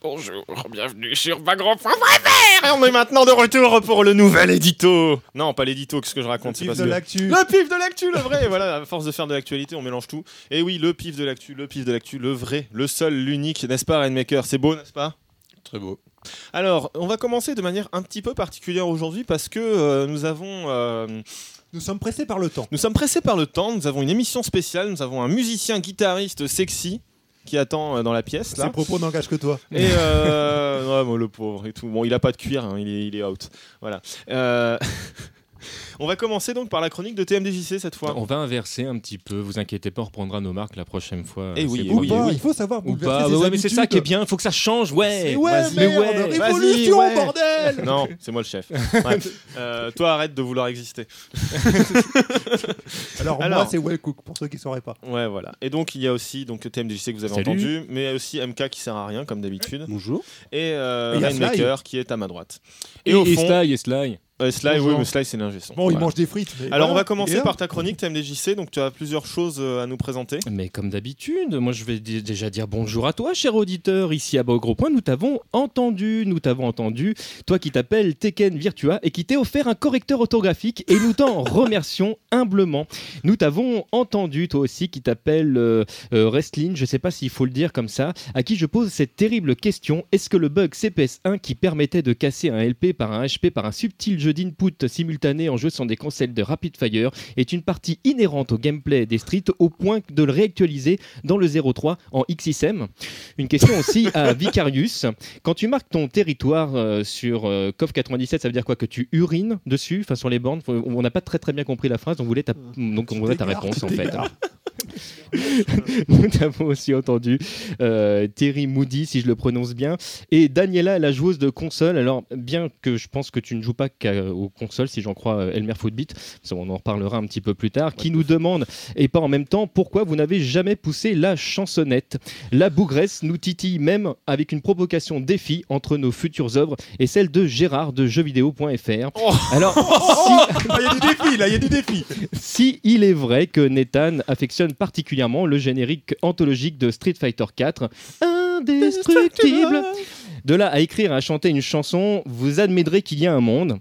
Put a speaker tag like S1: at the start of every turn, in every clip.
S1: Bonjour, bienvenue sur Vagrant Vert Et Ah, on est maintenant de retour pour le nouvel édito Non, pas l'édito, qu'est-ce que je raconte c'est
S2: Vive
S1: pas
S2: de
S1: celui-
S2: l'actu.
S1: Le pif de l'actu, le vrai Voilà, à force de faire de l'actualité, on mélange tout. Et oui, le pif de l'actu, le pif de l'actu, le vrai, le seul, l'unique, n'est-ce pas, Rainmaker C'est beau, n'est-ce pas
S3: Très beau.
S1: Alors, on va commencer de manière un petit peu particulière aujourd'hui parce que euh, nous avons... euh,
S2: Nous sommes pressés par le temps.
S1: nous sommes pressés par le temps, nous avons une émission spéciale, nous avons un musicien guitariste sexy qui attend euh, dans la pièce.
S2: Ces
S1: Là.
S2: propos n'engagent que toi.
S1: Et euh, ouais, bon, le pauvre et tout. Bon, il a pas de cuir, hein, il, est, il est out. Voilà. Euh, on va commencer donc par la chronique de TMDJC cette fois.
S3: On va inverser un petit peu, vous inquiétez pas, on reprendra nos marques la prochaine fois.
S1: Eh oui,
S3: C'est
S1: eh
S2: Ou
S3: promis.
S2: pas, il faut savoir
S3: Ou
S2: bouleverser
S3: pas,
S2: ses
S3: ouais, ouais, mais c'est ça qui est
S2: habitudes.
S3: bien, faut que ça change, ouais.
S2: Et ouais,
S3: mais
S2: merde,
S3: ouais.
S2: révolution,
S1: vas-y, ouais.
S2: bordel
S1: Non, c'est moi le chef. Ouais. Euh, toi, arrête de vouloir exister.
S2: Alors, moi,
S1: Alors.
S2: c'est Well Cook, pour ceux qui ne sauraient pas.
S1: Ouais, voilà. Et donc, il y a aussi donc, TMDJC que vous avez
S3: Salut.
S1: entendu, mais aussi MK qui sert à rien, comme d'habitude,
S3: Bonjour.
S1: et euh,
S2: Et il y a
S1: Rainmaker qui est à ma droite.
S3: Et,
S1: Et au
S3: et
S1: fond-
S3: Sly, et Sly.
S1: Euh, Sly, oui,
S2: Bonjour.
S1: mais Sly, c'est l'ingé son.
S2: Bon, il
S1: Voilà.
S2: mange des frites. mais
S1: Alors, on
S2: voilà.
S1: va
S2: Et
S1: commencer
S2: là,
S1: par ta chronique TMDJC, donc tu as plusieurs choses euh, à nous présenter.
S3: Mais comme d'habitude, moi je vais di- déjà dire bonjour à toi, cher auditeur. Ici à Bas au Gros Point, nous t'avons entendu, nous t'avons entendu. Toi qui t'appelles Tekken Virtua et qui t'es offert un correcteur orthographique et nous t'en remercions humblement. Nous t'avons entendu, toi aussi qui t'appelles euh, euh, Wrestling, je sais pas s'il faut le dire comme ça, à qui je pose cette terrible question. Est-ce que le bug CPS1 qui permettait de casser un LP par un HP par un subtil jeu d'input simultané en jouant sur des consoles de Rapid Fire est une partie inhérente au gameplay des Street au point de le réactualiser dans le 03 en XSM. Une question aussi à Vicarius. Quand tu marques ton territoire euh, sur euh, COF 97, ça veut dire quoi Que tu urines dessus, enfin sur les bornes Faut- On n'a pas très très bien compris la phrase, on voulait ta, donc on
S2: Euh, tu
S3: voulait ta
S2: t'égares,
S3: réponse
S2: tu
S3: en fait.
S2: t'égares.
S3: Nous avons aussi entendu euh, Terry Moody, si je le prononce bien, et Daniela, la joueuse de console. Alors, bien que je pense que tu ne joues pas qu'à- aux consoles, si j'en crois euh, Elmer Footbeat, ça, on en reparlera un petit peu plus tard, qui nous demande, et pas en même temps, pourquoi vous n'avez jamais poussé la chansonnette. La bougresse nous titille même avec une provocation défi entre nos futures œuvres et celle de Gérard de jeuxvideo.fr.
S1: Oh.
S3: Alors, si,
S2: Ah, Il y a du défi, là, il y a du défi.
S3: si il est vrai que Nathan affectionne particulièrement le générique anthologique de Street Fighter 4, indestructible, de là à écrire et à chanter une chanson, vous admettrez qu'il y a un monde.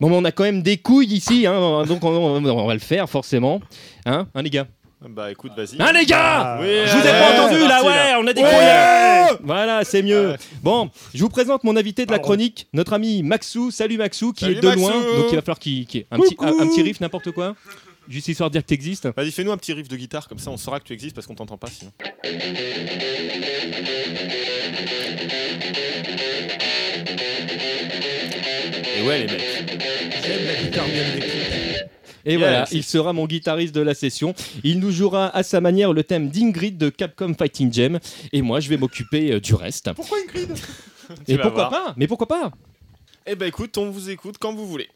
S3: Bon, mais on a quand même des couilles ici, hein, donc on, on- on va le faire forcément. Hein, hein, les gars
S1: Bah écoute, vas-y.
S3: Hein, les gars
S2: Ah,
S1: Oui,
S3: Je
S1: euh,
S3: vous ai
S1: ouais,
S3: pas entendu
S1: c'est
S3: là,
S1: parti,
S3: ouais, on a des couilles
S2: Ouais.
S3: Voilà, c'est mieux.
S1: Ouais.
S3: Bon, je vous présente mon invité de la
S2: Pardon.
S3: chronique, notre ami Maxou. Salut Maxou, qui
S1: Salut
S3: est de
S1: Maxou.
S3: loin, donc il va falloir qu'il qu'il y ait un petit,
S2: Coucou.
S3: un- un petit riff, n'importe quoi. Juste histoire de dire que t'existes.
S1: Vas-y, fais-nous un petit riff de guitare, comme ça on saura que tu existes parce qu'on t'entend pas sinon.
S3: Et ouais, les mecs.
S2: J'aime la guitare bien électrique.
S3: Et
S1: Yeah,
S3: voilà,
S1: c'est-
S3: il sera mon guitariste de la session. Il nous jouera à sa manière le thème d'Ingrid de Capcom Fighting Gem. Et moi, je vais m'occuper euh, du reste.
S2: Pourquoi Ingrid
S3: Et
S1: vas
S3: pourquoi
S1: voir.
S3: pas Mais pourquoi pas
S1: Eh ben écoute, on vous écoute quand vous voulez.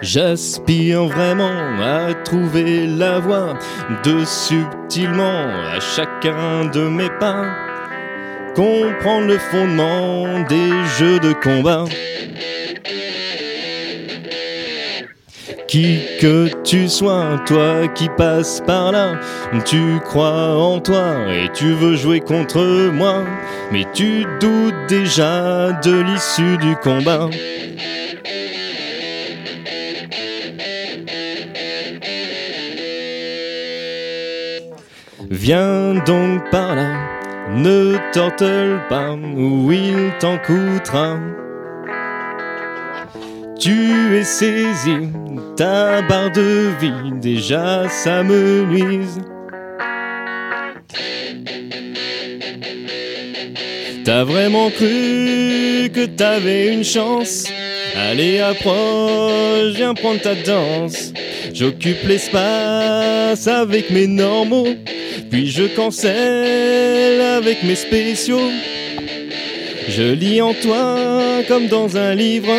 S3: J'aspire vraiment à trouver la voie de subtilement à chacun de mes pas comprendre le fondement des jeux de combat. Qui que tu sois, toi qui passes par là, tu crois en toi et tu veux jouer contre moi, mais tu doutes déjà de l'issue du combat. Viens donc par là, ne t'enteule pas ou il t'en coûtera. Tu es saisi, ta barre de vie, déjà ça me nuise. T'as vraiment cru que t'avais une chance Allez, approche, viens prendre ta danse. J'occupe l'espace avec mes normaux. Puis je cancelle avec mes spéciaux. Je lis en toi comme dans un livre.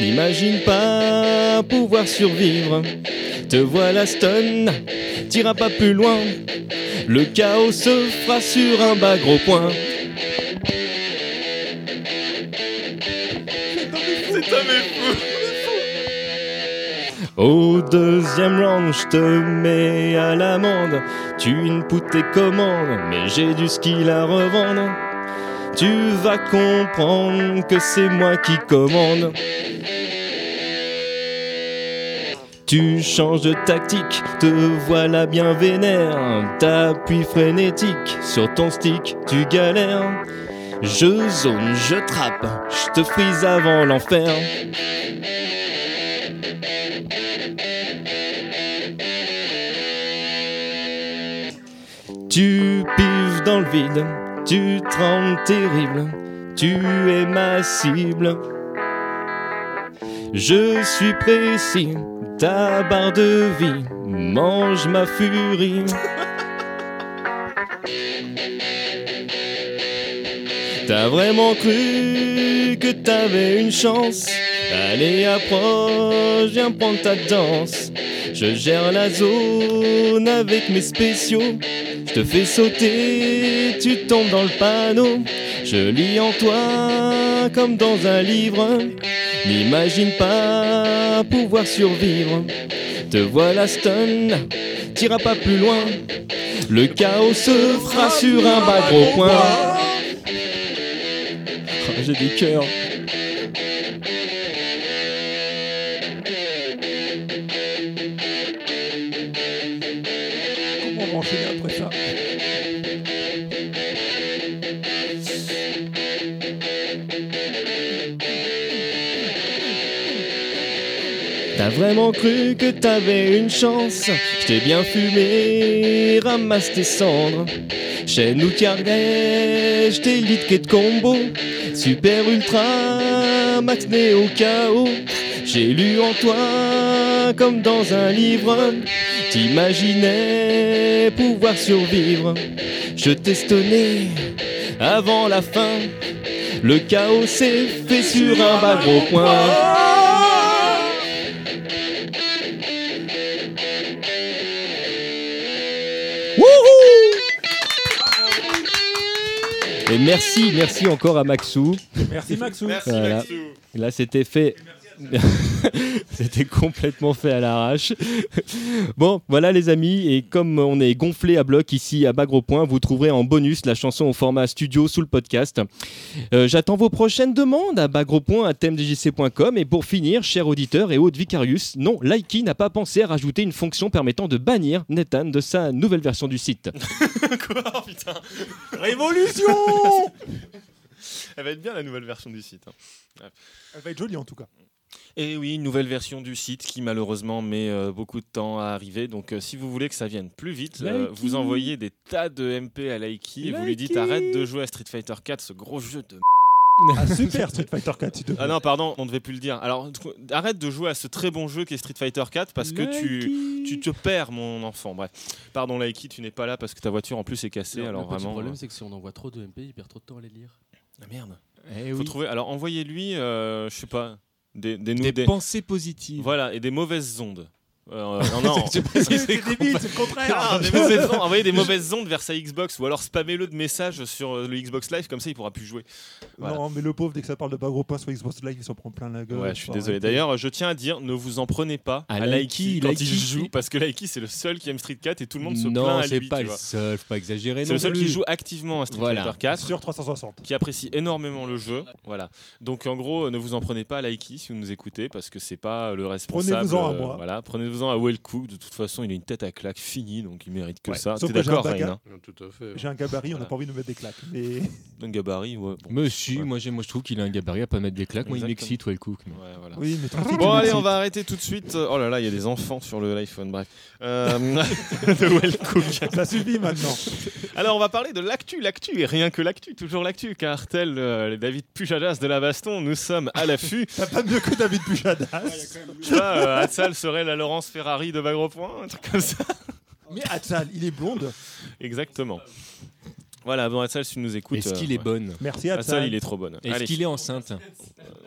S3: N'imagine pas pouvoir survivre. Te voilà stun, t'iras pas plus loin. Le chaos se fera sur un bas gros point.
S1: C'est un fou
S3: Au deuxième round, je te mets à l'amende. Tu input tes commandes, mais j'ai du skill à revendre. Tu vas comprendre que c'est moi qui commande. Tu changes de tactique, te voilà bien vénère. T'appuies frénétique sur ton stick, tu galères. Je zone, je trappe, je te frise avant l'enfer. Tu pives dans le vide, tu trembles terrible, tu es ma cible. Je suis précis, ta barre de vie mange ma furie. T'as vraiment cru que t'avais une chance Allez, approche, viens prendre ta danse. Je gère la zone avec mes spéciaux. Je te fais sauter, tu tombes dans le panneau. Je lis en toi comme dans un livre. N'imagine pas pouvoir survivre. Te voilà stun, t'iras pas plus loin. Le chaos se fera sur un bas gros point. Oh, J'ai du cœur.
S2: Comment on va enchaîner après ça
S3: T'as vraiment cru que t'avais une chance Je t'ai bien fumé, ramasse tes cendres. Chez nous carnet, je t'ai lead quai de combo. Super ultra, max néo KO. J'ai lu en toi comme dans un livre. T'imaginais pouvoir survivre. Je t'estonais avant la fin. Le chaos s'est fait sur un bas gros point. Et merci, merci encore à Maxou.
S2: Merci Maxou.
S1: Merci
S3: Voilà.
S1: Maxou.
S3: Et Là, c'était fait. C'était complètement fait à l'arrache. Bon, voilà les amis, et comme on est gonflé à bloc ici à Bagro Point, vous trouverez en bonus la chanson au format studio sous le podcast. Euh, J'attends vos prochaines demandes à bagropoint à thèmedjc.com. Et pour finir, cher auditeur et hôte vicarius, non, Likey n'a pas pensé à rajouter une fonction permettant de bannir Nathan de sa nouvelle version du site.
S1: Quoi, putain
S2: Révolution
S1: Elle va être bien la nouvelle version du site. hein.
S2: Elle va être jolie en tout cas.
S1: Et Eh oui, une nouvelle version du site qui malheureusement met euh, beaucoup de temps à arriver. Donc euh, si vous voulez que ça vienne plus vite, euh,
S3: Likey.
S1: vous envoyez des tas de MP à Laiki et vous lui dites
S3: Likey.
S1: arrête de jouer à Street Fighter 4, ce gros jeu de... m***.
S2: Ah super Street Fighter 4 si te
S1: Ah non, pardon, on ne devait plus le dire. Alors tr- arrête de jouer à ce très bon jeu qu'est Street Fighter 4 parce que tu... Tu te perds, mon enfant. Bref. Pardon, Laiki, tu n'es pas là parce que ta voiture en plus est cassée.
S4: Le-
S1: alors
S4: le petit
S1: vraiment.
S4: problème, c'est que si on envoie trop de MP, il perd trop de temps à les lire.
S1: euh, ah, merde.
S4: Eh
S1: Faut trouver. Alors envoyez-lui, euh, je sais pas, des, des,
S4: Des
S1: des-
S4: pensées positives.
S1: voilà et des mauvaises ondes. Euh, non, non.
S4: Je sais pas si
S1: C'est
S2: débile, c'est le
S1: Ah,
S2: contraire
S1: des mauvaises ondes. Envoyez des mauvaises ondes vers sa Xbox ou alors spammez-le de messages sur euh, le Xbox Live, comme ça il pourra plus jouer. Voilà.
S2: Non mais le pauvre dès que ça parle de pas gros points sur Xbox Live il s'en prend plein la gueule.
S1: Ouais, je suis
S2: Euh, Faut
S1: désolé.
S2: arrêter.
S1: D'ailleurs, je tiens à dire, ne vous en prenez pas
S3: À
S1: à Laiki
S3: Laiki,
S1: quand
S3: Laiki,
S1: il joue,
S3: c'est-
S1: parce que Laiki c'est le seul qui aime Street 4 et tout le monde se
S4: non,
S1: plaint à
S4: c'est
S1: lui.
S4: pas
S1: tu
S4: le
S1: vois.
S4: seul, faut pas exagérer.
S1: C'est le
S4: non
S1: seul qui
S4: plus.
S1: joue activement à Street
S4: Voilà.
S1: Fighter 4.
S2: Sur 360.
S1: qui apprécie énormément le jeu. Voilà. Donc en gros, ne vous en prenez pas à Laiki si vous nous écoutez parce que c'est pas le responsable.
S2: Prenez-vous-en à
S1: euh,
S2: moi.
S1: Voilà, prenez-vous-en à Wellcook. De toute façon, il a une tête à claque finie, donc il mérite que
S2: Ouais.
S1: ça.
S2: Sauf
S1: T'es
S2: que j'ai un
S1: d'accord,
S2: baga-
S1: Rain hein
S5: Tout à fait.
S2: J'ai un gabarit, on n'a
S1: Voilà.
S2: pas envie de me mettre des claques. Mais
S1: Un gabarit, ouais. bon.
S3: Mais si,
S1: Ouais.
S3: moi, j'ai- moi je trouve qu'il a un gabarit à pas mettre des claques. Moi, il
S1: Exactement.
S3: m'excite, Wellcook. mais-
S1: Ouais, voilà.
S2: oui, mais tranquille,
S1: Bon
S2: tu
S1: allez,
S2: m'excites.
S1: on va arrêter tout de suite. Oh là là, il y a des enfants sur le iPhone, bref. Euh, de Wellcook.
S2: Ça suffit maintenant.
S1: Alors on va parler de l'actu, l'actu, et rien que l'actu, toujours l'actu, car tel euh, les David Pujadas de la Baston, nous sommes à l'affût.
S2: T'as pas mieux que David Pujadas.
S1: Tu vois, euh, Hatsal serait la Laurence Ferrari de Bagropoint, un truc comme ça.
S2: mais Atal, il est blonde.
S1: Exactement. Voilà, bon, Hatsal, si tu nous écoutes.
S3: Est-ce qu'il est
S1: bon
S3: bonne
S2: Merci
S1: Hatsal,
S2: Atal.
S1: il est trop bonne.
S3: Est-ce
S1: euh, Allez,
S3: qu'il est enceinte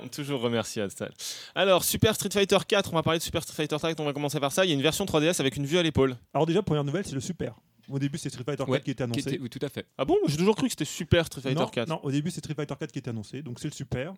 S1: on toujours remercie Hatsal. Alors, Super Street Fighter 4, on va parler de Super Street Fighter 4, on va commencer par ça. Il y a une version 3DS avec une vue à l'épaule.
S2: Alors déjà, première nouvelle, c'est le super. Au début, c'est Street Fighter 4
S3: Ouais,
S2: qui était
S3: Qui
S2: annoncé.
S3: était- oui, tout à fait.
S1: Ah bon J'ai toujours cru que c'était super Street Fighter
S2: non,
S1: 4.
S2: non, au début, c'est Street Fighter 4 qui était annoncé, donc c'est le super.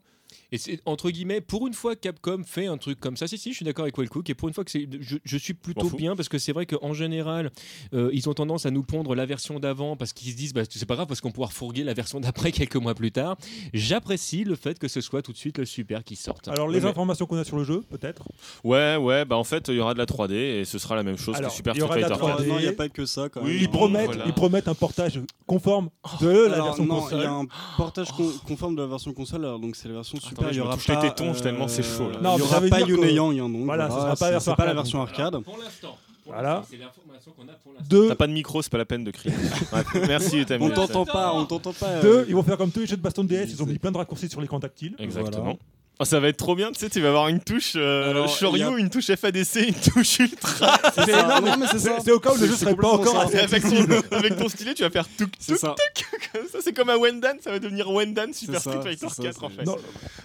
S3: Et c'est entre guillemets, pour une fois, Capcom fait un truc comme ça. Si, si, je suis d'accord avec Wellcook. Et pour une fois, que c'est, je, je suis
S1: M'en
S3: plutôt
S1: fous.
S3: bien parce que c'est vrai qu'en général, euh, ils ont tendance à nous pondre la version d'avant parce qu'ils se disent, bah, c'est pas grave parce qu'on pourra fourguer la version d'après quelques mois plus tard. J'apprécie le fait que ce soit tout de suite le super qui sorte.
S2: Alors, les
S1: mais-
S2: informations qu'on a sur le jeu, peut-être.
S1: Ouais, ouais, bah en fait, il y aura de la 3D et ce sera la même chose
S2: Alors,
S1: que Super
S2: il y aura
S1: Street
S2: de la
S1: Fighter 4.
S2: des-
S6: non, il n'y a pas que ça quand
S1: Oui,
S6: même.
S2: Ils
S1: bon,
S2: promettent,
S1: voilà.
S2: ils promettent un portage conforme de la
S6: Alors,
S2: version
S6: non,
S2: console.
S6: Il y a un portage con- conforme de la version console, alors donc c'est la version super.
S1: je
S6: il y
S1: me
S6: aura
S1: touche les
S6: pas,
S1: tétons, tellement c'est chaud, là.
S2: Non,
S6: il y
S2: mais ça
S6: aura
S2: veut
S6: pas
S2: dire que-
S6: Yun et Yang, hein, donc.
S2: Voilà, ce sera pas la
S6: c'est-
S2: version
S6: c'est pas la
S2: arcade,
S6: version arcade.
S3: Pour l'instant.
S2: Pour Voilà. l'instant,
S3: C'est l'information qu'on a pour
S2: Deux,
S1: T'as pas de micro, c'est pas la peine de crier. Ouais, Merci, Tammy.
S6: On t'entend pas, on t'entend pas. euh,
S2: deux, ils vont faire comme tous les jeux de baston de DS, ils ont mis plein de raccourcis sur l'écran tactile.
S1: Exactement.
S2: Voilà.
S1: Oh, ça va être trop bien, tu sais, tu vas avoir une touche euh,
S6: Alors,
S1: Shoryu,
S6: il y a-
S1: une touche FADC, une touche Ultra.
S6: c'est
S2: C'est
S6: ça.
S2: énorme,
S6: Non, mais c'est ça.
S2: C'est c'est au cas où le
S6: C'est-
S2: jeu
S6: Ah, c'est
S2: serait pas
S6: complètement
S2: encore
S6: ça.
S1: Et
S2: assez
S1: avec, ton, avec ton stylet, tu vas faire tout.
S6: C'est ça.
S1: Ça, c'est comme à Wendan, ça va devenir Wendan Super
S6: ça,
S1: Street Fighter
S6: c'est ça,
S1: 4 en
S6: c'est-
S1: fait.
S2: Non.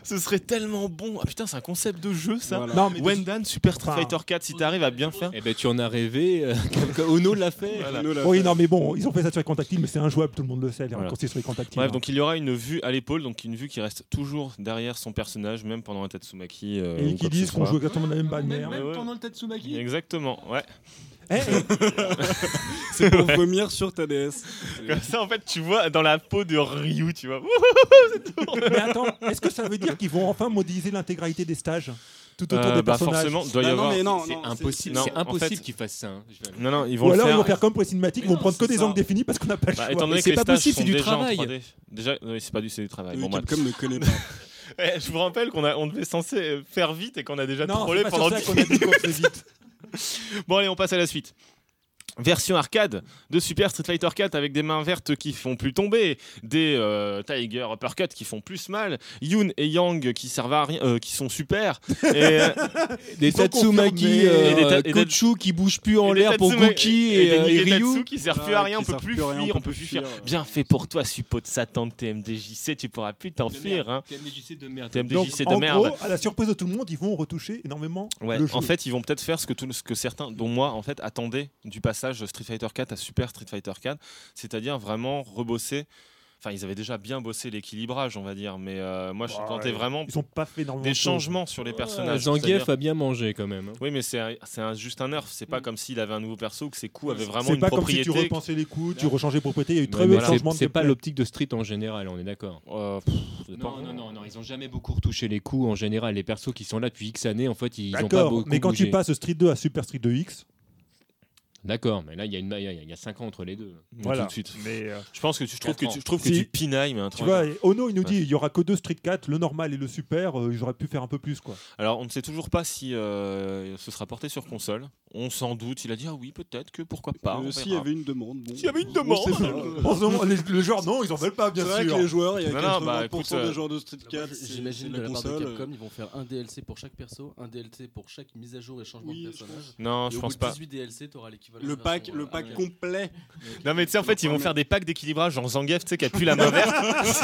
S1: Ce serait tellement bon. Ah putain, c'est un concept de jeu ça.
S6: Voilà.
S2: Non, mais
S1: Wendan Super Street
S2: Enfin,
S1: Fighter 4, si t'arrives à bien faire.
S3: Eh ben, tu en as rêvé. euh, Capcom- Ono l'a fait.
S1: Voilà.
S6: Nous, là,
S2: oui, non, mais bon, ils ont fait ça sur l'écran tactile, mais c'est injouable, tout le monde le sait, les
S1: Voilà.
S2: raccourcis sur l'écran tactile. hein.
S1: Bref, donc il y aura une vue à l'épaule, donc une vue qui reste toujours derrière son personnage, même pendant un Tatsumaki. euh, ou
S2: Et
S1: quoi
S2: qui
S1: que ce
S2: disent qu'on
S1: soit.
S2: joue exactement de la même manière.
S1: même pendant
S3: le Tatsumaki.
S1: Exactement, ouais.
S2: Eh, eh,
S6: C'est pour vomir sur ta DS.
S1: Comme ça, en fait, tu vois dans la peau de Ryu, tu vois.
S2: mais attends, est-ce que ça veut dire qu'ils vont enfin modéliser l'intégralité des stages tout autour
S1: Euh,
S2: des
S1: bah
S2: personnages
S1: forcément, doit y
S6: Bah non,
S1: avoir.
S6: mais non,
S3: C'est
S6: non,
S3: impossible.
S1: non,
S3: C'est
S1: en
S3: impossible
S1: fait-
S3: qu'ils fassent ça. hein. Je vais-
S1: Non, non, ils vont
S2: Ou
S1: le
S2: alors
S1: faire.
S2: ils vont faire comme pour les cinématiques,
S3: Mais
S2: ils vont
S3: non,
S2: prendre que
S3: c'est
S2: des
S3: ça.
S2: angles définis parce qu'on n'a pas le
S1: Bah,
S2: choix.
S1: étant donné
S3: Mais
S1: que
S3: c'est
S1: les
S3: pas
S1: stages
S3: possible,
S1: sont
S3: c'est du
S1: déjà en
S3: travail.
S1: 3D. Déjà, non, c'est pas du, c'est du travail.
S6: Oui,
S1: bon, bref.
S6: Capcom ne connaît pas.
S1: Eh, je vous rappelle qu'on a, on devait censé euh, faire vite et qu'on a déjà
S2: Non,
S1: trollé
S2: c'est pas
S1: pendant
S2: sur ça
S1: 10
S2: qu'on a dit qu'on faisait vite.
S1: Bon, allez, on passe à la suite. Version arcade de Super Street Fighter 4 avec des mains vertes qui font plus tomber, des euh, Tiger Uppercut qui font plus mal, Yoon et Yang qui servent à rien, euh, qui sont super, et, euh,
S3: Des
S2: Ils sont confirmés.
S3: Tatsumaki, euh,
S1: Et des ta- et des-
S3: Kochu qui bouge plus en
S1: et des
S3: l'air pour
S1: Tatsuma-
S3: Goki
S1: et,
S3: et,
S1: des
S3: euh, et
S1: Nigetatsu
S3: Ryu.
S1: qui servent plus
S6: Ah,
S1: à
S6: qui
S1: rien, on peut
S6: servent
S1: plus
S6: plus à rien,
S1: fuir,
S6: on
S1: on peut
S6: peut
S1: plus
S6: plus
S1: fuir.
S6: fuir.
S1: Bien fait pour toi, suppôt de Satan de TMDJC, tu pourras plus t'enfuir. Hein.
S3: TMDJC de merde.
S2: Donc,
S1: TMDJC de
S2: en
S1: merde.
S2: gros, à la surprise de tout le monde, ils vont retoucher énormément
S1: Ouais,
S2: le jeu.
S1: en fait, ils vont peut-être faire ce que, tout, ce que certains, dont moi, en fait, attendaient du passage Street Fighter 4 à Super Street Fighter 4, c'est-à-dire vraiment rebosser. Enfin, ils avaient déjà bien bossé l'équilibrage, on va dire, mais euh, moi, je
S2: Ouais.
S1: tentais vraiment
S2: ils ont pas fait énormément
S1: des
S2: de choses.
S1: changements sur les personnages.
S3: Zangief
S1: c'est-à-dire-
S3: euh, a bien mangé quand même. hein.
S1: Oui, mais c'est un- c'est un- juste un nerf. C'est pas comme s'il avait un nouveau perso ou que ses coups avaient vraiment
S2: C'est
S1: une
S2: pas comme si
S1: propriété.
S2: tu repensais les coups, tu rechangeais les propriétés, il y a eu très
S3: Mais
S2: peu de
S3: voilà.
S2: changements
S3: C'est-
S2: de
S3: C'est pas
S2: gameplay.
S3: l'optique de Street en général, on est d'accord.
S1: Euh, pff, ça dépend.
S3: Non, non, non, non, ils ont jamais beaucoup retouché les coups en général. Les persos qui sont là depuis X années, en fait, ils ont pas
S2: D'accord,
S3: beaucoup
S2: mais quand
S3: bougé.
S2: tu passes Street 2 à Super Street 2X,
S3: D'accord, mais là, il y a une- il y a- il y a 5 ans entre les deux.
S2: voilà.
S1: Tout de suite.
S2: Mais, euh,
S1: Je pense que tu, je trouve que
S3: Quatre
S1: tu,
S3: ans.
S1: je trouve que
S2: Si.
S1: tu pinailles, mais un
S2: tu
S1: truc.
S2: vois, et Ono, il nous dit il y aura que deux Street 4, le normal et le super, euh, ils auraient pu faire un peu plus quoi.
S1: Alors, on ne sait toujours pas si euh, ce sera porté sur console. On s'en doute. Il a dit ah oui, peut-être que pourquoi pas. on
S6: Euh, S'il y
S1: verra.
S6: avait une demande. bon,
S1: S'il y avait une
S6: on
S1: demande.
S6: sait pas.
S2: En ce moment, les- le genre non, ils en veulent pas bien
S6: C'est vrai que
S2: sûr.
S6: les joueurs, il y a
S1: Non, non, bah, écoute,
S6: 80%
S1: euh,
S6: des joueurs de Street 4. c'est-
S7: J'imagine
S6: c'est
S7: de la part de
S6: console,
S7: Capcom, ils vont faire un DLC pour chaque perso, un DLC pour chaque mise à jour et changement
S6: Oui,
S7: de
S6: je
S7: personnage.
S1: Non,
S7: Et
S1: je
S7: au
S1: pense
S7: bout de
S1: pas.
S7: 18 DLC, t'auras l'équivalent.
S6: Le
S7: de
S6: pack,
S7: version,
S6: le
S7: euh,
S6: pack
S7: arcade.
S6: complet.
S1: Non mais tu sais en fait ils vont
S6: Ouais,
S1: faire des packs d'équilibrage genre Zangief tu sais qui a plus la main verte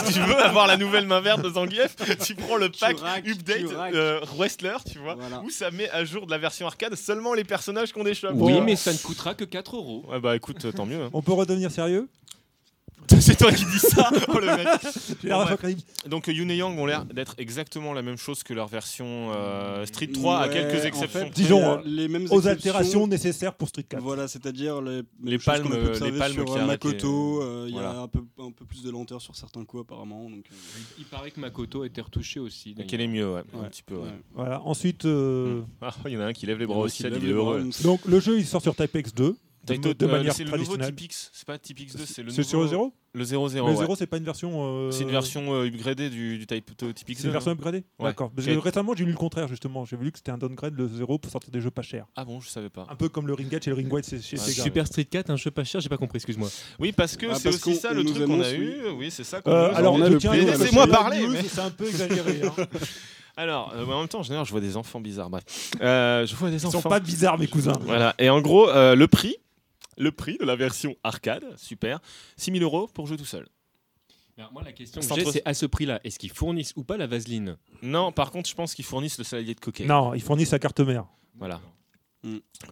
S1: si tu veux avoir la nouvelle main verte de Zangief tu prends le pack
S6: raques,
S1: update
S6: tu raques.
S1: euh, wrestler tu vois
S6: Voilà.
S1: où ça met à jour de la version arcade seulement les personnages qui ont des chapeaux
S3: Oui,
S2: Bon.
S3: mais ça ne coûtera que 4 euros.
S1: Ouais bah écoute euh, tant mieux hein.
S2: On peut redevenir sérieux
S1: C'est toi qui dis ça oh, le mec.
S2: J'ai l'air
S1: Bon,
S2: à
S1: bref.
S2: fois crédible.
S1: Donc euh, Yun et Yang ont l'air d'être exactement la même chose que leur version euh, Street 3 à
S6: Ouais,
S1: quelques
S6: en
S1: exceptions.
S6: fait,
S2: Disons,
S6: les-
S2: euh,
S6: les mêmes
S2: Aux
S6: exceptions,
S2: altérations nécessaires pour Street 4.
S6: Voilà, c'est-à-dire les,
S1: Les
S6: choses qu'on
S1: palmes,
S6: a
S1: euh,
S6: pu
S1: les
S6: observer
S1: palmes qui
S6: sur euh,
S1: arrêtent les-
S6: Makoto, euh, il y
S1: voilà.
S6: a un peu, un peu plus de lenteur sur certains coups apparemment. Donc, euh,
S3: Il paraît que Makoto était retouché aussi.
S1: Donc elle est mieux ouais, un
S6: Ouais.
S1: petit peu ouais.
S6: ouais.
S2: Voilà. Ensuite, euh,
S1: Ah, il y en a un qui lève les
S6: Il y en
S1: bras
S6: a
S1: au
S6: qui
S1: ciel
S6: lèvent
S1: il est
S6: les bras,
S1: heureux.
S6: donc c'est-
S2: donc le jeu il sort sur Type-X 2 de,
S1: Taito,
S2: de
S1: euh,
S2: manière
S1: c'est le nouveau
S2: traditionnelle.
S1: Typix, c'est pas Typix 2, c'est le
S2: C'est sur
S1: nouveau
S2: le
S1: Le
S2: 0
S1: 0-0.
S2: Le
S1: ouais.
S2: 0 c'est pas une version. euh,
S1: C'est une version euh, upgradée du, du Type to- Type X. hein.
S2: C'est une version upgradée
S1: Ouais.
S2: D'accord. Parce
S1: Et-
S2: que récemment, j'ai lu le contraire, justement. J'ai vu que c'était un downgrade, le 0 pour sortir des jeux pas chers.
S1: Ah bon, je savais pas.
S2: Un peu comme le Ringage et le Ringwide chez chez
S1: Ah,
S2: Sega.
S1: super
S3: Super Street 4, un jeu pas cher, j'ai pas compris, excuse-moi.
S1: Oui, parce que
S6: Ah,
S1: c'est
S6: parce
S1: aussi
S6: qu'on-
S1: ça
S6: on
S1: le
S6: nous
S1: truc qu'on a
S6: annonce,
S1: eu. Oui, c'est ça. qu'on
S2: Euh,
S1: nous
S2: alors,
S1: annonce.
S6: on a
S2: je
S6: le
S2: tiens à
S6: P-
S2: dire que
S1: laissez-moi
S2: c'est la
S1: parler,
S2: news,
S1: mais-
S2: C'est un peu exagéré. hein.
S1: alors euh, en même temps, en général, je vois des enfants bizarres. Bref, Euh, je vois des
S2: Ils
S1: enfants.
S2: sont pas bizarres, mes cousins.
S1: Voilà. Et en gros, euh, le prix, le prix de la version arcade, super, 6000 euros pour jouer tout seul.
S3: Alors moi, la question que
S1: C'est
S3: j'ai,
S1: entre-
S3: c'est à ce prix-là, est-ce qu'ils fournissent ou pas la vaseline
S1: Non, par contre, je pense qu'ils fournissent le saladier de cocaïne.
S2: Non, ils fournissent sa carte mère.
S1: Voilà.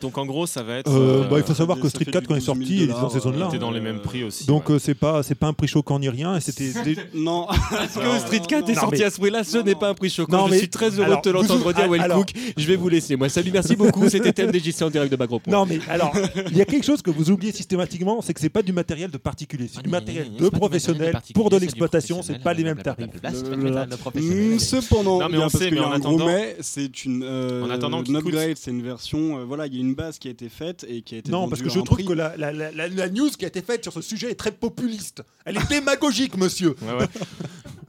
S1: Donc en gros, ça va être.
S2: Euh,
S1: euh,
S2: bah, il faut savoir
S6: ça
S2: que
S6: fait
S2: Street
S6: du
S2: 4, quand il est
S6: 12 000
S2: sorti, il était dans ces
S6: dollars,
S2: zones-là.
S1: t'es dans les
S6: euh,
S1: mêmes prix aussi.
S2: Donc
S1: ouais.
S2: euh, c'est pas c'est pas un prix choquant ni rien. et C'était dé-
S6: Non,
S3: Parce que Street Cat est
S2: non,
S3: sorti
S2: mais-
S3: à ce prix-là, ce
S6: Non,
S3: n'est
S6: non.
S3: pas un prix choquant.
S2: Non,
S3: je
S2: mais-
S3: suis très heureux
S2: alors,
S3: de te l'entendre
S2: vous-
S3: dire, Well
S2: alors-
S3: Cook. Je vais vous laisser. Moi, salut, merci beaucoup. C'était TMDJC en direct de Bagro.
S2: Non mais alors, il y a quelque chose que vous oubliez systématiquement, c'est que c'est pas du matériel de particulier, c'est
S8: Ah,
S2: du
S8: non,
S2: matériel
S8: non, non,
S2: de
S8: c'est pas du matériel
S2: professionnel
S8: particulier,
S2: pour de
S8: c'est du
S2: l'exploitation, c'est
S8: professionnel,
S2: pas les mêmes
S8: blablabla,
S2: tarifs.
S8: blablabla, c'est pas du matériel de professionnel.
S6: Mm, Cependant,
S1: Non, mais
S6: il y a-
S1: on
S6: parce
S1: sait,
S6: qu'il y
S1: mais
S6: a
S1: en
S6: un gros
S1: attendant-
S6: mais, c'est une euh,
S1: En attendant qu'il
S6: une
S1: coûte.
S6: upgrade, c'est une version. euh, voilà, il y a une base qui a été faite et qui a été
S2: Non,
S6: vendue
S2: parce
S6: à
S2: que je
S6: un
S2: trouve
S6: prix.
S2: que la, la- la- la- la news qui a été faite sur ce sujet est très populiste. Elle est démagogique, monsieur.
S1: Ouais, ouais.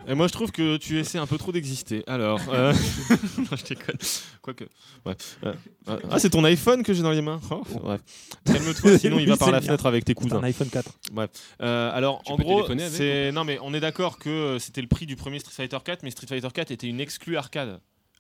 S1: Et moi, je trouve que tu essaies un peu trop d'exister. Alors, euh, non, je déconne. Quoique, ouais. Euh, euh, ah, c'est ton iPhone que j'ai dans les mains. Oh, bref. Calme-toi, sinon il va
S2: Oui,
S1: par
S2: c'est
S1: la
S2: bien.
S1: fenêtre avec tes cousins.
S2: un iPhone 4.
S1: Euh, alors,
S3: Tu
S1: en
S3: peux
S1: gros,
S3: téléphoner avec,
S1: c'est non mais on est d'accord que euh, c'était le prix du premier Street Fighter 4, mais Street Fighter 4 était une exclue arcade.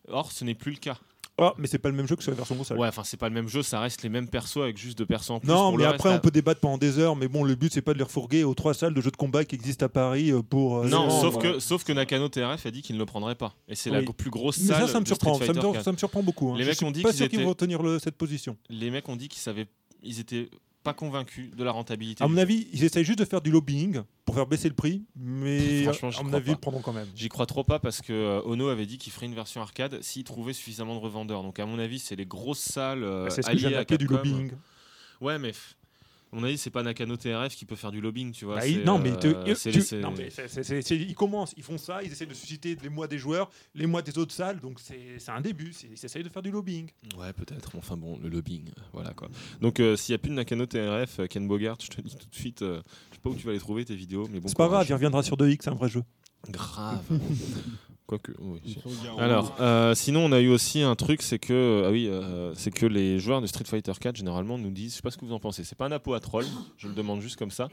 S1: Or, ce n'est plus le cas.
S2: Oh, mais c'est pas le même jeu que sur la version console.
S1: Ouais, enfin, c'est pas le même jeu, ça reste les mêmes persos avec juste deux persos en plus.
S2: Non,
S1: pour le
S2: mais
S1: reste,
S2: après on
S1: là.
S2: peut débattre pendant des heures, mais bon, le but c'est pas de les refourguer aux trois salles de jeux de combat qui existent à Paris euh, pour. euh,
S1: Non,
S2: les
S1: sauf
S2: vendre.
S1: que, sauf que Nakano TRF a dit qu'il ne le prendrait pas. Et c'est la
S2: Oui.
S1: go- plus grosse
S2: Mais
S1: salle.
S2: ça, ça me
S1: de
S2: surprend.
S1: Street
S2: Ça me,
S1: Fighter
S2: ça me surprend beaucoup. hein.
S1: Les
S2: Je
S1: mecs
S2: suis
S1: ont dit
S2: pas
S1: qu'ils
S2: sûr qu'ils
S1: étaient-
S2: vont tenir le- cette position.
S1: 4. Les mecs ont dit qu'ils savaient, ils étaient pas convaincus de la rentabilité.
S2: À mon avis, ils essayent juste de faire du lobbying pour faire baisser le prix, mais
S1: Franchement, j'y
S2: à mon
S1: crois
S2: avis,
S1: pas.
S2: ils le prendront quand même.
S1: J'y crois trop pas parce que euh, Ono avait dit qu'il ferait une version arcade s'il trouvait suffisamment de revendeurs. Donc à mon avis, c'est les grosses salles euh,
S2: C'est ce que
S1: alliées
S2: j'aime
S1: à
S2: appeler du
S1: Capcom.
S2: lobbying.
S1: Ouais, mais f- à mon avis, c'est pas Nakano TRF qui peut faire du lobbying, tu vois.
S2: Bah,
S1: c'est,
S2: il- non, mais
S1: euh,
S2: te- il-
S1: c'est-
S2: tu-
S1: c'est-
S2: non, mais c'est- c'est- c'est- c'est- ils commencent, ils font ça, ils essaient de susciter les mois des joueurs, les mois des autres salles, donc c'est c'est un début, c'est- ils essayent de faire du lobbying.
S1: Ouais, peut-être. mais Enfin bon, le lobbying, euh, voilà quoi. Donc euh, s'il y a plus de Nakano TRF, euh, Ken Bogart, je te dis tout de suite, euh, je sais pas où tu vas les trouver tes vidéos, mais bon.
S2: c'est pas grave,
S1: courage.
S2: il reviendra sur 2X, c'est un vrai jeu.
S1: Grave. Quoique, oui. Alors, euh, sinon, on a eu aussi un truc, c'est que, euh, ah oui, euh, c'est que les joueurs de Street Fighter 4 généralement nous disent, je sais pas ce que vous en pensez, c'est pas un apo à troll, je le demande juste comme ça.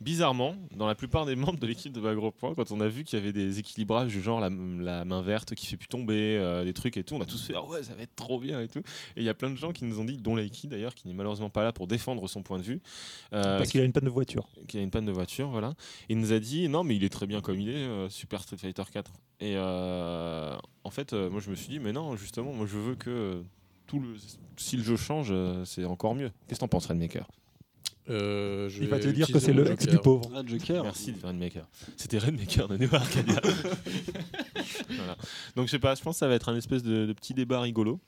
S1: Bizarrement, dans la plupart des membres de l'équipe de Bagro Point, quand on a vu qu'il y avait des équilibrages du genre la, la main verte qui fait plus tomber, euh, des trucs et tout, on a tous fait, ah ouais, ça va être trop bien et tout. Et il y a plein de gens qui nous ont dit, dont Leiki d'ailleurs, qui n'est malheureusement pas là pour défendre son point de vue, euh,
S2: Parce qu'il a une panne de voiture.
S1: qui a une panne de voiture, voilà. Il nous a dit non, mais il est très bien comme il est, euh, Super Street Fighter 4. Et euh, en fait, euh, moi je me suis dit, mais non, justement, moi je veux que euh, tout le, si le jeu change, euh, c'est encore mieux. Qu'est-ce que t'en penses, Rainmaker
S5: Euh, je
S2: Il
S5: vais
S2: va te dire que
S5: utiliser
S2: c'est
S5: mon
S2: le ex du
S5: joker.
S2: pauvre.
S6: Ah, Joker.
S1: Merci, Rainmaker. C'était Rainmaker de New Arcadia. Voilà. Donc je sais pas, je pense que ça va être un espèce de, de petit débat rigolo.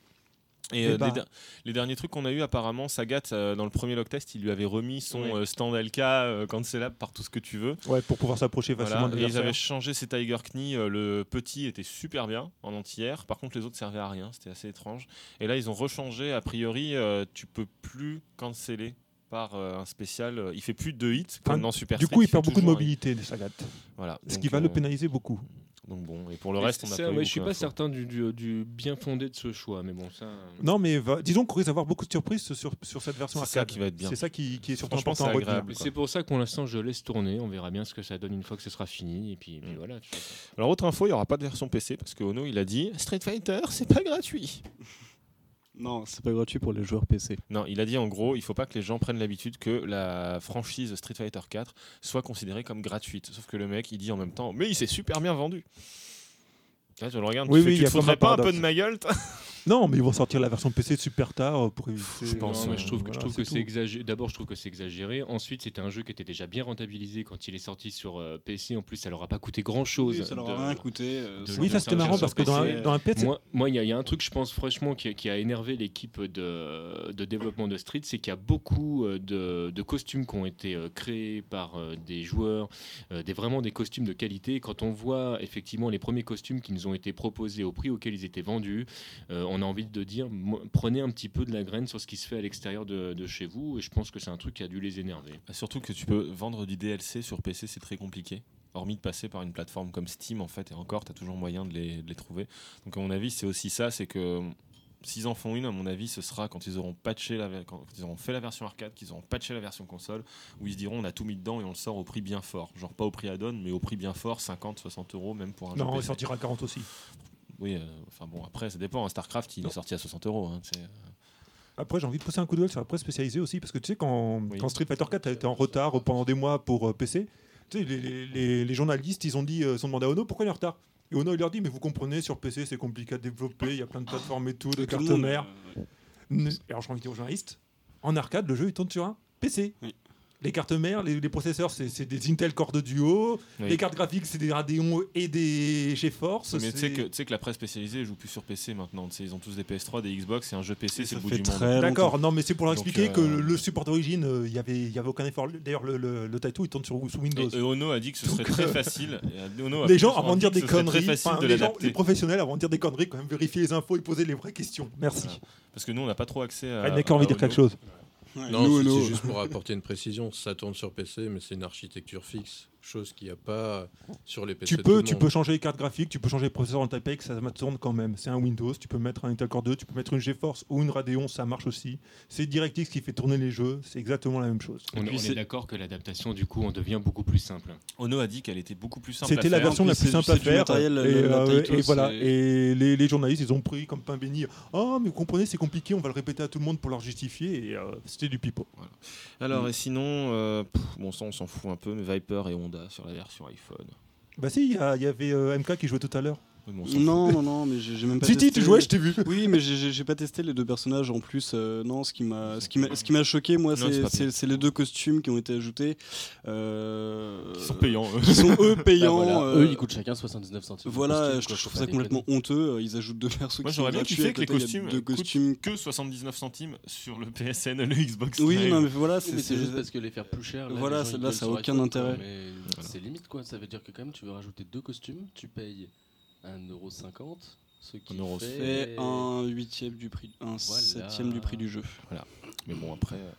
S1: Et euh,
S2: Débat.
S1: les, der- les derniers trucs qu'on a eu apparemment, Sagat euh, dans le premier log test, il lui avait remis son
S3: Oui.
S1: euh, stand LK euh, cancellable par tout ce que tu veux.
S2: Ouais, pour pouvoir s'approcher
S1: Voilà,
S2: facilement de
S1: et ils avaient
S2: l'adversaire.
S1: changé ces Tiger Knie. euh, le petit était super bien en entière. Par contre, les autres servaient à rien. C'était assez étrange. Et là, ils ont rechangé. A priori, euh, tu peux plus canceller par euh, un spécial. euh, Il fait plus de hits comme
S2: Enfin,
S1: dans Super
S2: Du
S1: Street,
S2: coup, il
S1: fait
S2: perd beaucoup de
S1: toujours un hit.
S2: mobilité, Sagat.
S1: Voilà.
S2: Ce
S1: Donc,
S2: qui va
S1: euh,
S2: le pénaliser beaucoup.
S1: Donc bon, et pour le reste, on a
S3: Ça,
S1: pas eu
S3: ouais, je suis
S1: beaucoup
S3: pas
S1: d'infos.
S3: certain du, du- du bien fondé de ce choix, mais bon, ça.
S2: Non, mais va- disons qu'on risque d'avoir beaucoup de surprises sur, sur cette version
S1: C'est ça
S2: arcade.
S1: qui va être bien.
S2: C'est ça qui, qui est surtout
S1: Franchement,
S2: important à
S1: c'est
S2: retenir.
S1: agréable.
S3: Mais
S1: quoi.
S3: C'est pour ça que pour l'instant je laisse tourner, on verra bien ce que ça donne une fois que ce sera fini, et puis, et puis
S1: Mm.
S3: voilà. tu vois.
S1: Alors, autre info, il n'y aura pas de version PC parce que Ono, il a dit Street Fighter, c'est pas gratuit.
S6: Non, c'est pas gratuit pour les joueurs PC.
S1: Non, il a dit en gros, il faut pas que les gens prennent l'habitude que la franchise Street Fighter 4 soit considérée comme gratuite. Sauf que le mec, il dit en même temps, mais il s'est super bien vendu. Là, je le regarde,
S2: Oui,
S1: tu, fais,
S2: oui,
S1: tu
S2: il
S1: te
S2: y a comme
S1: foutrais
S2: un
S1: pas un peu
S2: paradoxe.
S1: de ma gueule toi
S2: Non, mais ils vont sortir la version PC super tard euh, pour éviter.
S1: je pense, euh,
S3: Non, mais je trouve que, je
S2: Voilà,
S3: trouve que c'est
S2: tout.
S3: exagéré. D'abord, je trouve que c'est exagéré. Ensuite, c'était un jeu qui était déjà bien rentabilisé quand il est sorti sur euh, PC. En plus, ça leur a pas coûté grand chose.
S6: Oui, ça leur a rien coûté. euh,
S3: de-
S6: ça-
S2: Oui, ça
S3: de-
S2: c'était
S3: de-
S2: marrant
S3: sur
S2: parce que dans
S3: PC.
S2: un- dans un PC,
S3: Moi, moi, il y, a- il y a un truc, je pense franchement, qui, qui a énervé l'équipe de, de développement de Street, c'est qu'il y a beaucoup euh, de, de costumes qui ont été euh, créés par euh, des joueurs, euh, des, vraiment des costumes de qualité. Quand on voit effectivement les premiers costumes qui nous ont été proposés au prix auquel ils étaient vendus, euh, on a envie de dire mo- prenez un petit peu de la graine sur ce qui se fait à l'extérieur de, de chez vous. Et je pense que c'est un truc qui a dû les énerver.
S1: Bah, Surtout que tu peux vendre du DLC sur PC, c'est très compliqué. Hormis de passer par une plateforme comme Steam, en fait, et encore, tu as toujours moyen de les, de les trouver. Donc, à mon avis, c'est aussi ça, c'est que euh, s'ils en font une, à mon avis, ce sera quand ils auront patché la, ver- quand ils auront fait la version arcade, qu'ils auront patché la version console, où ils se diront on a tout mis dedans et on le sort au prix bien fort. Genre pas au prix add-on, mais au prix bien fort, 50, 60 euros, même pour un jeu.
S2: non, il
S1: PC.
S2: sortira 40 aussi.
S1: Oui, euh, enfin bon, après, ça dépend. hein, StarCraft, il
S2: Non.
S1: est sorti à 60 euros. hein, tu sais.
S2: Après, j'ai envie de pousser un coup d'œil sur la presse spécialisée aussi, parce que tu sais, quand,
S1: Oui.
S2: quand Street Fighter 4 a été en retard pendant des mois pour euh, PC, tu sais, les, les- les- les journalistes, ils ont dit, euh, ils ont demandé à Ono pourquoi il est en retard. Et Ono, il leur dit, mais vous comprenez, sur PC, c'est compliqué à développer, il y a plein de plateformes et tout, de
S6: euh, tout le
S2: cartes
S6: monde,
S2: mères.
S6: euh,
S2: Ne- Alors j'ai envie de dire aux journalistes, en arcade, le jeu il tourne sur un PC.
S6: Oui.
S2: Les cartes mères, les, les processeurs, c'est c'est des Intel Core de Duo.
S1: Oui.
S2: Les cartes graphiques, c'est des Radeon et des GeForce.
S1: Mais tu sais
S2: c'est-
S1: que, tu sais que la presse spécialisée joue plus sur PC maintenant. Tu sais, Ils ont tous des PS3, des Xbox, c'est un jeu PC, c'est
S6: Ça
S1: le bout
S6: fait
S1: du monde.
S6: très longtemps.
S2: D'accord, non, mais c'est pour leur
S1: Donc,
S2: expliquer que
S1: euh,
S2: le support d'origine, euh, il n'y avait, il y avait aucun effort. D'ailleurs, le, le, le Taito, il tourne sur, sous Windows.
S1: Et, euh, et Ono a dit que ce serait
S2: Donc,
S1: très
S2: euh,
S1: facile. Et Ono a
S2: les gens,
S1: plusieurs
S2: avant
S1: dit
S2: de dire
S1: que
S2: des
S1: ce serait
S2: conneries,
S1: très facile
S2: enfin,
S1: de
S2: les, gens- les
S1: l'adapter.
S2: professionnels, avant de dire des conneries, quand même vérifier les infos et poser les vraies questions. Merci.
S1: Voilà. Parce que nous, on n'a pas trop accès à.
S2: Redneck a envie de dire
S1: à
S2: quelque
S1: Ono.
S2: chose.
S6: Ouais,
S8: Non,
S6: nous, euh,
S8: c'est-
S6: nous-
S8: c'est juste pour apporter une précision. Ça tourne sur PC, mais c'est une architecture fixe, chose qu'il n'y a pas sur les PC.
S2: Tu
S8: de
S2: peux,
S8: tout le
S2: tu
S8: monde.
S2: peux changer les cartes graphiques, tu peux changer les processeurs en Type-A, que ça tourne quand même. C'est un Windows, tu peux mettre un Intel Core 2, tu peux mettre une GeForce ou une Radeon, ça marche aussi. C'est DirectX qui fait tourner les jeux, c'est exactement la même chose.
S3: On,
S1: Et puis
S3: on
S1: c'est-
S3: est d'accord que l'adaptation, du coup, en devient beaucoup plus simple.
S1: Ono a dit qu'elle était beaucoup plus simple. à
S2: C'était la
S1: faire.
S2: version
S6: puis
S2: la plus
S6: c'est-
S2: simple
S6: c'est
S2: à
S6: du
S2: faire.
S6: matériel,
S2: et,
S6: la- la
S2: euh,
S6: Taito,
S2: et voilà.
S6: c'est-
S2: Et les, les journalistes, ils ont pris comme pain béni. Oh, mais vous comprenez, c'est compliqué. On va le répéter à tout le monde pour leur justifier. Et euh, c'était du pipeau.
S1: Alors, et sinon, euh, pff, bon sang, on s'en fout un peu, mais Viper et Honda sur la version iPhone.
S2: Bah si, il y, a- il y avait euh, MK qui jouait tout à l'heure.
S1: Oui, mais on s'en
S6: Non, non, non, mais j'ai j'ai même pas.
S2: Titi,
S6: testé.
S2: tu jouais, je t'ai vu.
S6: Oui, mais j'ai- j'ai j'ai pas testé les deux personnages en plus. euh, non, ce qui m'a, ce qui m'a, ce qui m'a choqué, moi,
S1: Non, c'est
S6: c'est-
S1: pas
S6: c'est c'est les deux costumes qui ont été ajoutés. euh,
S1: Ils sont Bah payants. eux.
S6: Qui sont eux payants. euh,
S7: Eux, ils coûtent chacun 79 centimes.
S6: Voilà, je trouve ça complètement honteux. euh, Ils ajoutent deux persos.
S1: Moi,
S6: qui
S1: j'aurais
S6: sont
S1: bien
S6: gratuits,
S1: kiffé
S6: à
S1: que les
S6: côté, il y a
S1: costumes
S6: Deux
S1: coûtent
S6: costumes.
S1: Que 79 centimes sur le PSN, le Xbox.
S6: Oui,
S1: Live.
S6: non, mais voilà, c'est
S7: Mais c'est juste
S6: c'est-
S7: parce que les faire plus cher. Là,
S6: Voilà,
S7: les gens,
S6: c'est-
S7: ils
S6: là,
S7: gueulent
S6: ça a
S7: sur
S6: aucun
S7: iPhone,
S6: intérêt.
S7: quoi, mais C'est limite quoi. Ça veut dire que quand même, tu veux rajouter deux costumes, tu payes 1,50€, ce qui
S1: Un euro.
S6: c'est
S7: fait
S6: un huitième du prix, un septième du prix du jeu.
S1: Mais bon, après. euh,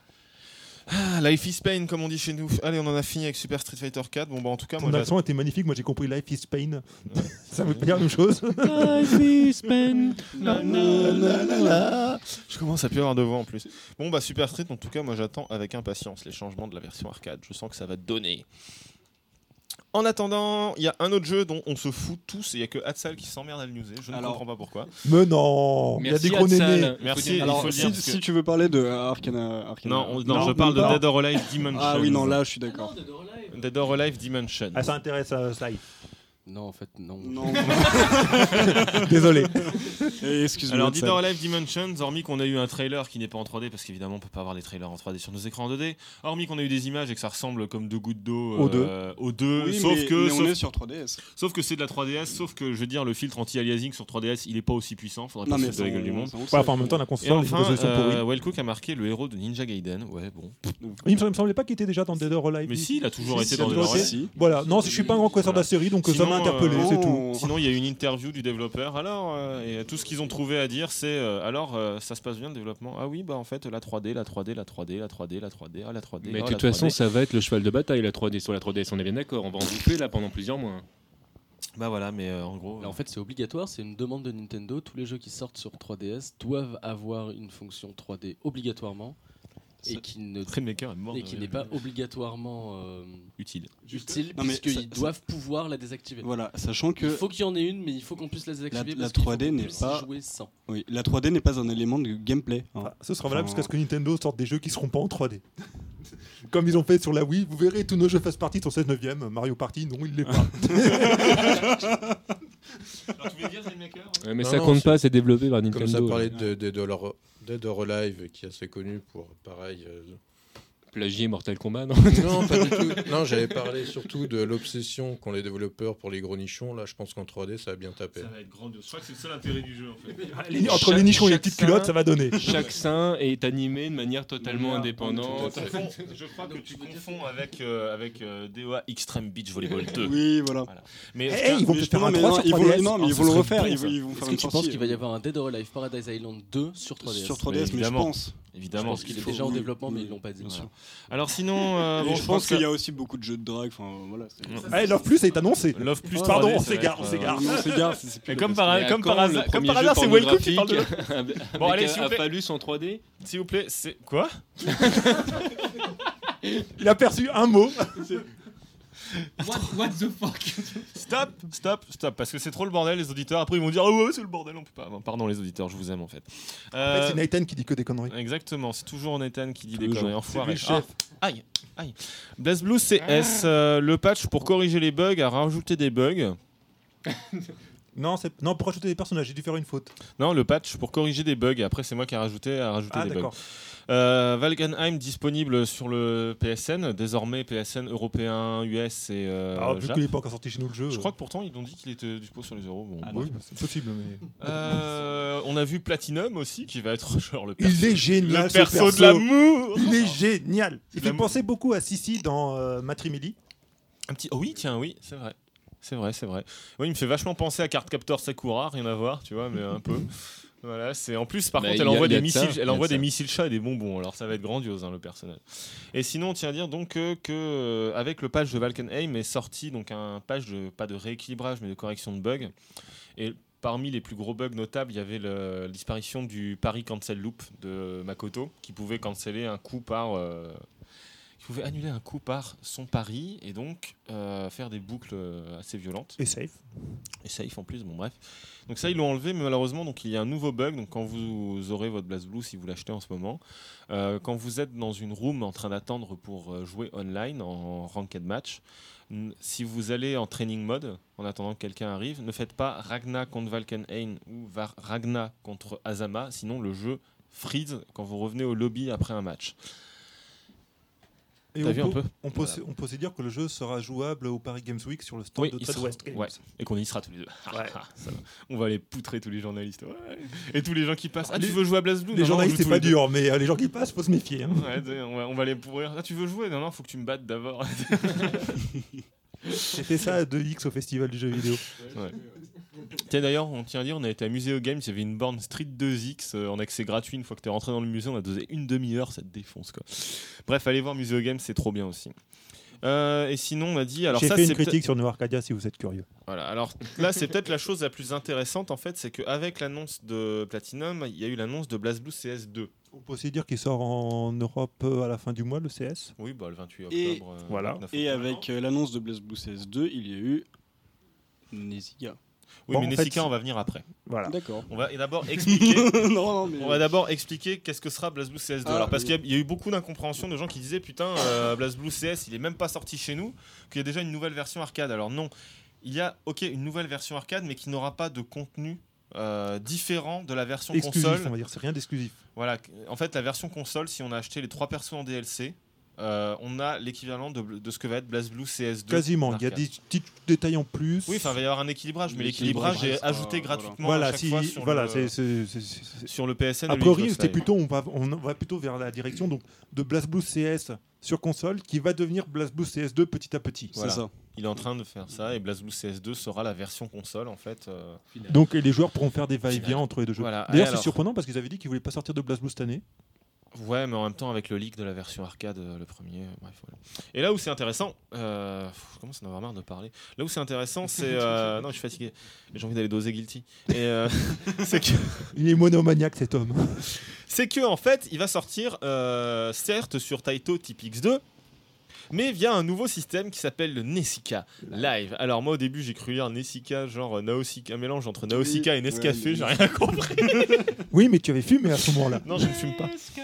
S1: ah, Life is Pain, comme on dit chez nous. Allez, on en a fini avec Super Street Fighter 4. Bon, bah, en tout cas, moi,
S2: Ton
S1: j'ai-
S2: accent était magnifique. Moi, j'ai compris Life is Pain.
S1: Ouais.
S2: ça veut pas dire la même chose.
S9: Life is pain. Na, na, na, na, na.
S1: je commence à plus avoir de voix en plus. Bon, bah, Super Street, en tout cas, moi, j'attends avec impatience les changements de la version arcade. Je sens que ça va donner. En attendant, il y a un autre jeu dont on se fout tous et il n'y a que Hatsal qui s'emmerde à le newser. Je ne
S6: Alors-
S1: comprends pas pourquoi.
S2: Mais non, il y a
S3: Merci,
S2: des gros
S3: Hatsal.
S2: nénés.
S3: Faut
S1: Merci,
S3: dire-
S1: il
S6: Alors,
S1: faut le dire
S6: si,
S1: parce
S6: si
S1: que-
S6: tu veux parler de Arcana, Arcana-
S1: Non, on- non, je parle de
S2: non.
S1: Dead or Alive Dimension.
S6: Ah oui, non, là, je suis d'accord.
S1: Ah Dead or Alive Dimension.
S2: Ah, ça intéresse à Sly.
S7: Non, en fait, non.
S6: Non.
S2: Désolé.
S6: Eh, Excuse-moi.
S1: Alors,
S6: de
S1: Dead
S6: ça.
S1: or Alive Dimensions, hormis qu'on a eu un trailer qui n'est pas en 3D, parce qu'évidemment, on peut pas avoir des trailers en 3D sur nos écrans en 2D, hormis qu'on a eu des images et que ça ressemble comme deux gouttes d'eau
S2: Aux deux.
S1: euh, aux deux,
S6: Oui,
S1: sauf,
S6: mais-
S1: que,
S6: mais on est
S1: sauf,
S6: sur 3DS.
S1: sauf que c'est de la 3DS, sauf que, je veux dire, le filtre anti-aliasing sur 3DS, il est pas aussi puissant, faudrait
S6: Non,
S1: pas se
S6: mais
S1: foutre de la gueule du monde.
S2: Ouais, enfin, en même temps, la
S1: Et
S2: console, les
S1: enfin,
S2: résolutions pourries.
S1: euh, Whale Cook a marqué le héros de Ninja Gaiden. Ouais, bon.
S2: Il me semble- il me semblait pas qu'il était déjà dans Dead or Alive.
S1: Mais si, il a toujours été
S2: si,
S1: dans
S2: il a
S1: Dead
S2: toujours
S1: or
S2: été.
S1: Alive.
S6: Si.
S2: Voilà, non, je suis pas un grand connaisseur de la série, donc ça m'a
S1: Sinon,
S2: interpellé,
S1: euh,
S2: c'est tout.
S1: Sinon, il y a eu une interview du développeur. Alors, euh, et tout ce qu'ils ont trouvé à dire, c'est euh, alors euh, ça se passe bien le développement. Ah oui, bah en fait la 3D, la 3D, la 3D, la 3D, la 3D, ah, la 3D.
S3: Mais
S1: ah,
S3: de
S1: la
S3: toute façon,
S1: 3D.
S3: ça va être le cheval de bataille, la 3D sur la 3DS, on est bien d'accord. On va en bouffer là pendant plusieurs mois. hein.
S1: bah voilà, mais euh, en gros.
S7: Là, en fait, c'est obligatoire, c'est une demande de Nintendo. Tous les jeux qui sortent sur 3DS doivent avoir une fonction 3D obligatoirement et
S6: Ça-
S7: qui ne
S1: Rainmaker est mort.
S7: et qui
S1: de-
S7: n'est pas obligatoirement euh,
S1: utile.
S7: utile
S6: Non, mais ça-
S7: puisqu'ils
S6: ça-
S7: doivent pouvoir la désactiver.
S6: Voilà, sachant
S7: Il
S6: que
S7: faut qu'il y en ait une, mais il faut qu'on puisse la désactiver.
S6: La- la
S7: parce qu'il faut
S6: 3D
S7: qu'on
S6: n'est
S7: puisse
S6: pas-
S7: y jouer sans.
S6: oui, la 3D n'est pas un élément de gameplay. hein.
S2: Ah, ce sera valable jusqu'à ce que Nintendo sorte des jeux qui seront pas en 3D. Comme ils ont fait sur la Wii, vous verrez, tous nos jeux fassent partie de son 16 9 Mario Party, non, il l'est pas.
S3: Ouais, mais
S8: Non,
S3: ça
S8: non,
S3: compte
S8: c'est-
S3: pas, c'est développé par Nintendo.
S8: Comme ça parlait
S6: ouais.
S8: de, de, de leur- Dead or Alive, qui est assez connu pour pareil. euh,
S3: Plagier Mortal Kombat, non
S8: Non, pas du tout. Non, j'avais parlé surtout de l'obsession qu'ont les développeurs pour les gros nichons. Là, je pense qu'en 3D, ça va bien taper.
S1: va être grandiose. Je crois que c'est le seul intérêt du jeu en fait.
S2: Les- Entre les nichons et les
S3: Chaque-
S2: petites
S3: chaque
S2: culottes,
S3: sein-
S2: ça va donner.
S3: Chaque sein est animé de manière totalement
S6: Manière-
S3: indépendante.
S8: Tout à fait.
S1: je crois que tu confonds avec, euh, avec euh, DOA Extreme Beach Volleyball 2.
S6: Oui, voilà.
S1: Mais
S2: Eh,
S1: en tout cas,
S2: ils vont
S6: Mais
S2: peut-être
S6: justement,
S2: faire un
S6: mais
S2: 3
S6: non,
S2: sur
S6: ils vont-
S2: 3DS.
S6: non, mais
S1: Ah,
S6: ils
S1: ce
S6: vont le
S1: serait
S6: refaire.
S1: bon,
S6: Ils
S1: ça.
S6: vont, ils vont faire
S7: Est-ce que
S6: une
S7: tu penses
S6: sortie, euh,
S7: qu'il va y avoir un Dead or Alive Paradise Island 2 sur 3DS
S6: sur
S1: Mais
S6: 3DS, mais je
S1: évidemment.
S6: pense.
S7: Je
S1: évidemment.
S7: pense qu'il est
S6: faut-
S7: déjà en
S6: oui,
S7: développement, mais
S6: oui,
S7: ils l'ont pas dit.
S6: bien sûr.
S1: Alors sinon, euh,
S6: Et
S1: bon,
S6: je pense qu'il
S1: que-
S6: y a aussi beaucoup de jeux de drague. Enfin, voilà. c'est-
S1: Mm.
S2: Ah, et Love Plus est annoncé.
S1: Love plus.
S2: Pardon,
S1: 3D,
S2: on
S1: ça va
S2: s'égare,
S1: être,
S2: on
S1: euh,
S2: s'égare.
S6: Non, c'est gare, c'est- c'est plus
S1: Et
S6: le
S1: comme
S6: best.
S1: par,
S3: Mais à
S1: comme
S3: quand
S1: par
S3: le
S1: hasard, comme
S3: premier
S1: par
S3: jeu
S1: hasard, c'est Wellcook qui parle de
S3: pornographique
S1: Bon, allez,
S3: avec
S1: s'il vous plaît.
S3: Aphalus en 3D
S1: S'il vous plaît, c'est quoi
S2: Il a perçu un mot.
S1: Stop, stop, stop, parce que c'est trop le bordel. Les auditeurs après ils vont dire ah ouais c'est le bordel, on peut pas. Non, pardon les auditeurs, je vous aime en fait.
S2: En fait,
S1: Euh,
S2: C'est Nathan qui dit que des conneries.
S1: exactement, c'est toujours Nathan qui dit des
S6: Toujours.
S1: conneries.
S2: C'est lui
S1: Enfoiré.
S2: le chef.
S1: Ah, aïe, aïe. BlazBlue CS, euh, le patch pour corriger les bugs, a rajouté des bugs.
S2: Non, c'est- non, pour rajouter des personnages, j'ai dû faire une faute.
S1: Non, le patch pour corriger des bugs. Et après, c'est moi qui ai rajouté à rajouter
S2: Ah,
S1: des bugs.
S2: d'accord.
S1: Euh, Valkenheim disponible sur le PSN. Désormais, PSN européen, US et. euh,
S2: Alors, Ah, vu
S1: Jap.
S2: qu'il n'est pas encore sorti chez nous le jeu.
S1: Je crois que pourtant, ils ont dit qu'il était dispo sur les euros. Bon,
S2: euh,
S1: bref.
S2: oui, c'est possible, mais.
S1: Euh, on a vu Platinum aussi qui va être genre le perso,
S2: Il est génial.
S1: le
S2: ce
S1: perso de l'amour.
S2: Il est génial.
S1: de
S2: Il fait
S1: l'amour.
S2: penser beaucoup à Sissi dans euh, Matrimeli.
S1: Un petit. Oh oui, tiens, oui, c'est vrai. C'est vrai, c'est vrai. Oui, il me fait vachement penser à Cardcaptor Sakura, rien à voir, tu vois, mais un peu. Voilà, c'est en plus, par
S3: Bah,
S1: contre,
S3: il
S1: elle
S3: y a-
S1: envoie
S3: il y a
S1: des
S3: de ça,
S1: missiles,
S3: il y a
S1: elle
S3: de
S1: envoie des
S3: ça.
S1: missiles chats et des bonbons. Alors ça va être grandiose hein, le personnage. Et sinon, on tient à dire donc euh, que euh, avec le patch de Valkenheim est sorti donc un patch de pas de rééquilibrage mais de correction de bugs. Et parmi les plus gros bugs notables, il y avait le- disparition du pari cancel loop de Makoto qui pouvait canceller un coup par euh, qui pouvait annuler un coup par son pari et donc euh, faire des boucles euh, assez violentes.
S2: Et safe.
S1: Et safe en plus, bon bref. Donc ça ils l'ont enlevé mais malheureusement donc il y a un nouveau bug donc quand vous aurez votre BlazBlue si vous l'achetez en ce moment euh, quand vous êtes dans une room en train d'attendre pour euh, jouer online en ranked match n- si vous allez en training mode en attendant que quelqu'un arrive ne faites pas Ragna contre Valkenhayn ou Var- Ragna contre Azama sinon le jeu freeze quand vous revenez au lobby après un match.
S2: Et
S1: T'as
S2: on,
S1: vu
S2: peut,
S1: un peu
S2: on, peut, on peut se dire que le jeu sera jouable au Paris Games Week sur le stand
S1: Oui,
S2: de
S1: il
S2: Trade
S1: sera-
S2: West Games.
S1: ouais. Et qu'on y sera tous les deux. Ça va. On va aller poutrer tous les journalistes. Ouais. Et tous les gens qui passent. Ah,
S2: Les-
S1: tu veux jouer à BlazBlue Non,
S2: Les
S1: non,
S2: journalistes,
S1: on joue
S2: c'est
S1: tous
S2: pas
S1: les deux.
S2: dur, mais euh, les gens qui passent, faut se méfier. hein.
S1: Ouais, de- on, va, on va les pourrir. Ah, tu veux jouer Non, non, faut que tu me battes d'abord.
S2: C'était ça de X au festival du jeu vidéo.
S1: Tiens, d'ailleurs, on tient à dire, on a été à Muséo Games, il y avait une borne Street 2X euh, en accès gratuit. Une fois que t'es rentré dans le musée, on a dosé une demi-heure, ça te défonce quoi. Bref, allez voir Muséo Games, c'est trop bien aussi. Euh, et sinon, on a dit. Alors,
S2: J'ai
S1: ça,
S2: fait
S1: c'est
S2: une
S1: peut-être-
S2: critique sur New Arcadia si vous êtes curieux.
S1: Voilà, alors là, c'est peut-être la chose la plus intéressante en fait, c'est qu'avec l'annonce de Platinum, il y a eu l'annonce de BlazBlue CS2.
S2: On peut aussi dire qu'il sort en Europe euh, à la fin du mois, le CS.
S1: Oui, bah le 28
S6: Et-
S1: octobre. euh,
S2: voilà.
S1: 29
S6: Et
S1: octobre.
S6: avec euh, l'annonce de Blaze Blue CS2, il y a eu Neziga.
S1: Oui,
S2: Bon,
S1: mais
S2: en fait,
S1: Nessika, on va venir après.
S2: Voilà.
S6: D'accord.
S1: On va d'abord expliquer.
S6: non, non, mais.
S1: On va d'abord expliquer qu'est-ce que sera BlazBlue CS2.
S6: Ah,
S1: Alors, parce
S6: oui.
S1: qu'il y a- il y, a eu beaucoup d'incompréhension de gens qui disaient Putain, euh, BlazBlue CS, il est même pas sorti chez nous, qu'il y a déjà une nouvelle version arcade. Alors, non, il y a, ok, une nouvelle version arcade, mais qui n'aura pas de contenu euh, différent de la version
S2: Exclusif,
S1: console.
S2: on va dire, c'est rien d'exclusif.
S1: Voilà, en fait, la version console, si on a acheté les trois persos en DLC, euh, on a l'équivalent de, de ce que va être BlazBlue CS2.
S2: Quasiment, il y a
S1: arcade.
S2: des petits détails en plus.
S1: Oui, enfin, il va y avoir un équilibrage, mais
S6: L'équilibrage
S1: l'équilibrage est
S6: restera-
S1: ajouté
S6: voilà.
S1: gratuitement à
S2: voilà,
S1: chaque
S2: si,
S1: fois sur,
S2: voilà,
S1: le,
S2: c'est- c'est- c'est- c'est- c'est-
S1: sur le PSN.
S2: A
S1: de
S2: priori,
S1: Xbox
S2: c'était
S1: Live.
S2: plutôt, on va, on va plutôt vers la direction donc de BlazBlue CS sur console, qui va devenir BlazBlue CS2 petit à petit.
S6: C'est
S1: Voilà.
S6: ça.
S1: Il est en train de faire ça et BlazBlue CS2 sera la version console en fait. euh,
S2: Donc et les joueurs pourront faire des va-et-vient entre les deux jeux.
S1: Voilà.
S2: D'ailleurs,
S1: Et
S2: c'est
S1: alors
S2: surprenant parce qu'ils avaient dit qu'ils voulaient pas sortir de BlazBlue cette année.
S1: Ouais, mais en même temps avec le leak de la version arcade, euh, le premier. euh, bref, voilà. Et là où c'est intéressant, euh, pff, je commence à en avoir marre de parler. Là où c'est intéressant, c'est euh, non, je suis fatigué. J'ai envie d'aller doser Guilty. Et euh, c'est que
S2: Il est monomaniaque cet homme.
S1: c'est que en fait, il va sortir euh, certes sur Taito TPX2, mais via un nouveau système qui s'appelle le Nessica Live. Alors moi au début j'ai cru lire Nessica genre euh, Naosika, un mélange entre Naosika et Nescafé,
S6: Ouais,
S1: j'ai rien compris.
S2: Oui, mais tu avais fumé à ce moment-là.
S1: Non, je ne fume pas.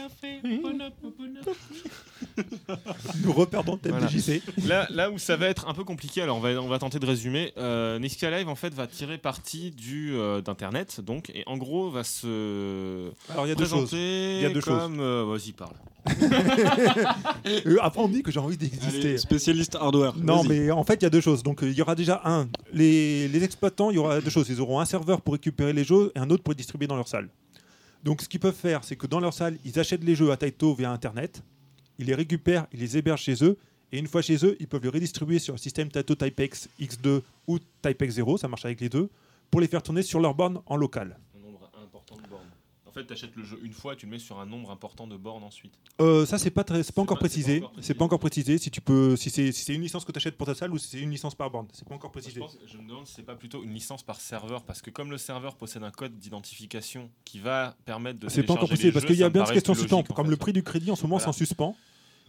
S2: Nous reperdons le thème
S1: Voilà.
S2: du JC.
S1: Là, là où ça va être un peu compliqué, alors on va, on va tenter de résumer. Euh, Nesca Live en fait va tirer parti du euh, d'internet donc et en gros va se
S2: Alors il y a deux choses.
S1: présenter
S2: Il y a deux
S1: comme euh, vas-y parle.
S2: Euh, Après on me dit que j'ai envie d'exister.
S6: Allez, spécialiste hardware.
S2: Non,
S6: vas-y.
S2: mais en fait, il y a deux choses. Donc, euh, il y aura déjà un, les, les exploitants, il y aura deux choses. Ils auront un serveur pour récupérer les jeux et un autre pour les distribuer dans leur salle. Donc, ce qu'ils peuvent faire, c'est que dans leur salle, ils achètent les jeux à Taito via Internet, ils les récupèrent, ils les hébergent chez eux, et une fois chez eux, ils peuvent les redistribuer sur le système Taito Typex X2 ou Typex 0, ça marche avec les deux, pour les faire tourner sur leur borne en local.
S1: Un nombre important de bornes. En fait, tu achètes le jeu une fois et tu le mets sur un nombre important de bornes ensuite.
S2: Euh, ça, c'est pas, très- c'est pas encore
S1: pas- c'est pas
S2: précisé.
S1: encore précisé.
S2: C'est pas encore précisé si tu peux, si c'est si c'est une licence que tu achètes pour ta salle ou si c'est une licence par borne. C'est pas encore
S1: Moi, je,
S2: précisé.
S1: pense- je me demande si c'est pas plutôt une licence par serveur parce que comme le serveur possède un code d'identification qui va permettre de
S2: C'est pas encore
S1: télécharger
S2: possible
S1: les
S2: parce
S1: jeux,
S2: qu'il y a
S1: ça me
S2: bien de
S1: paraît
S2: questions
S1: plus
S2: suspens.
S1: logique, en
S2: Comme
S1: fait.
S2: le prix du crédit en ce moment, c'est en
S1: Voilà.
S2: suspens.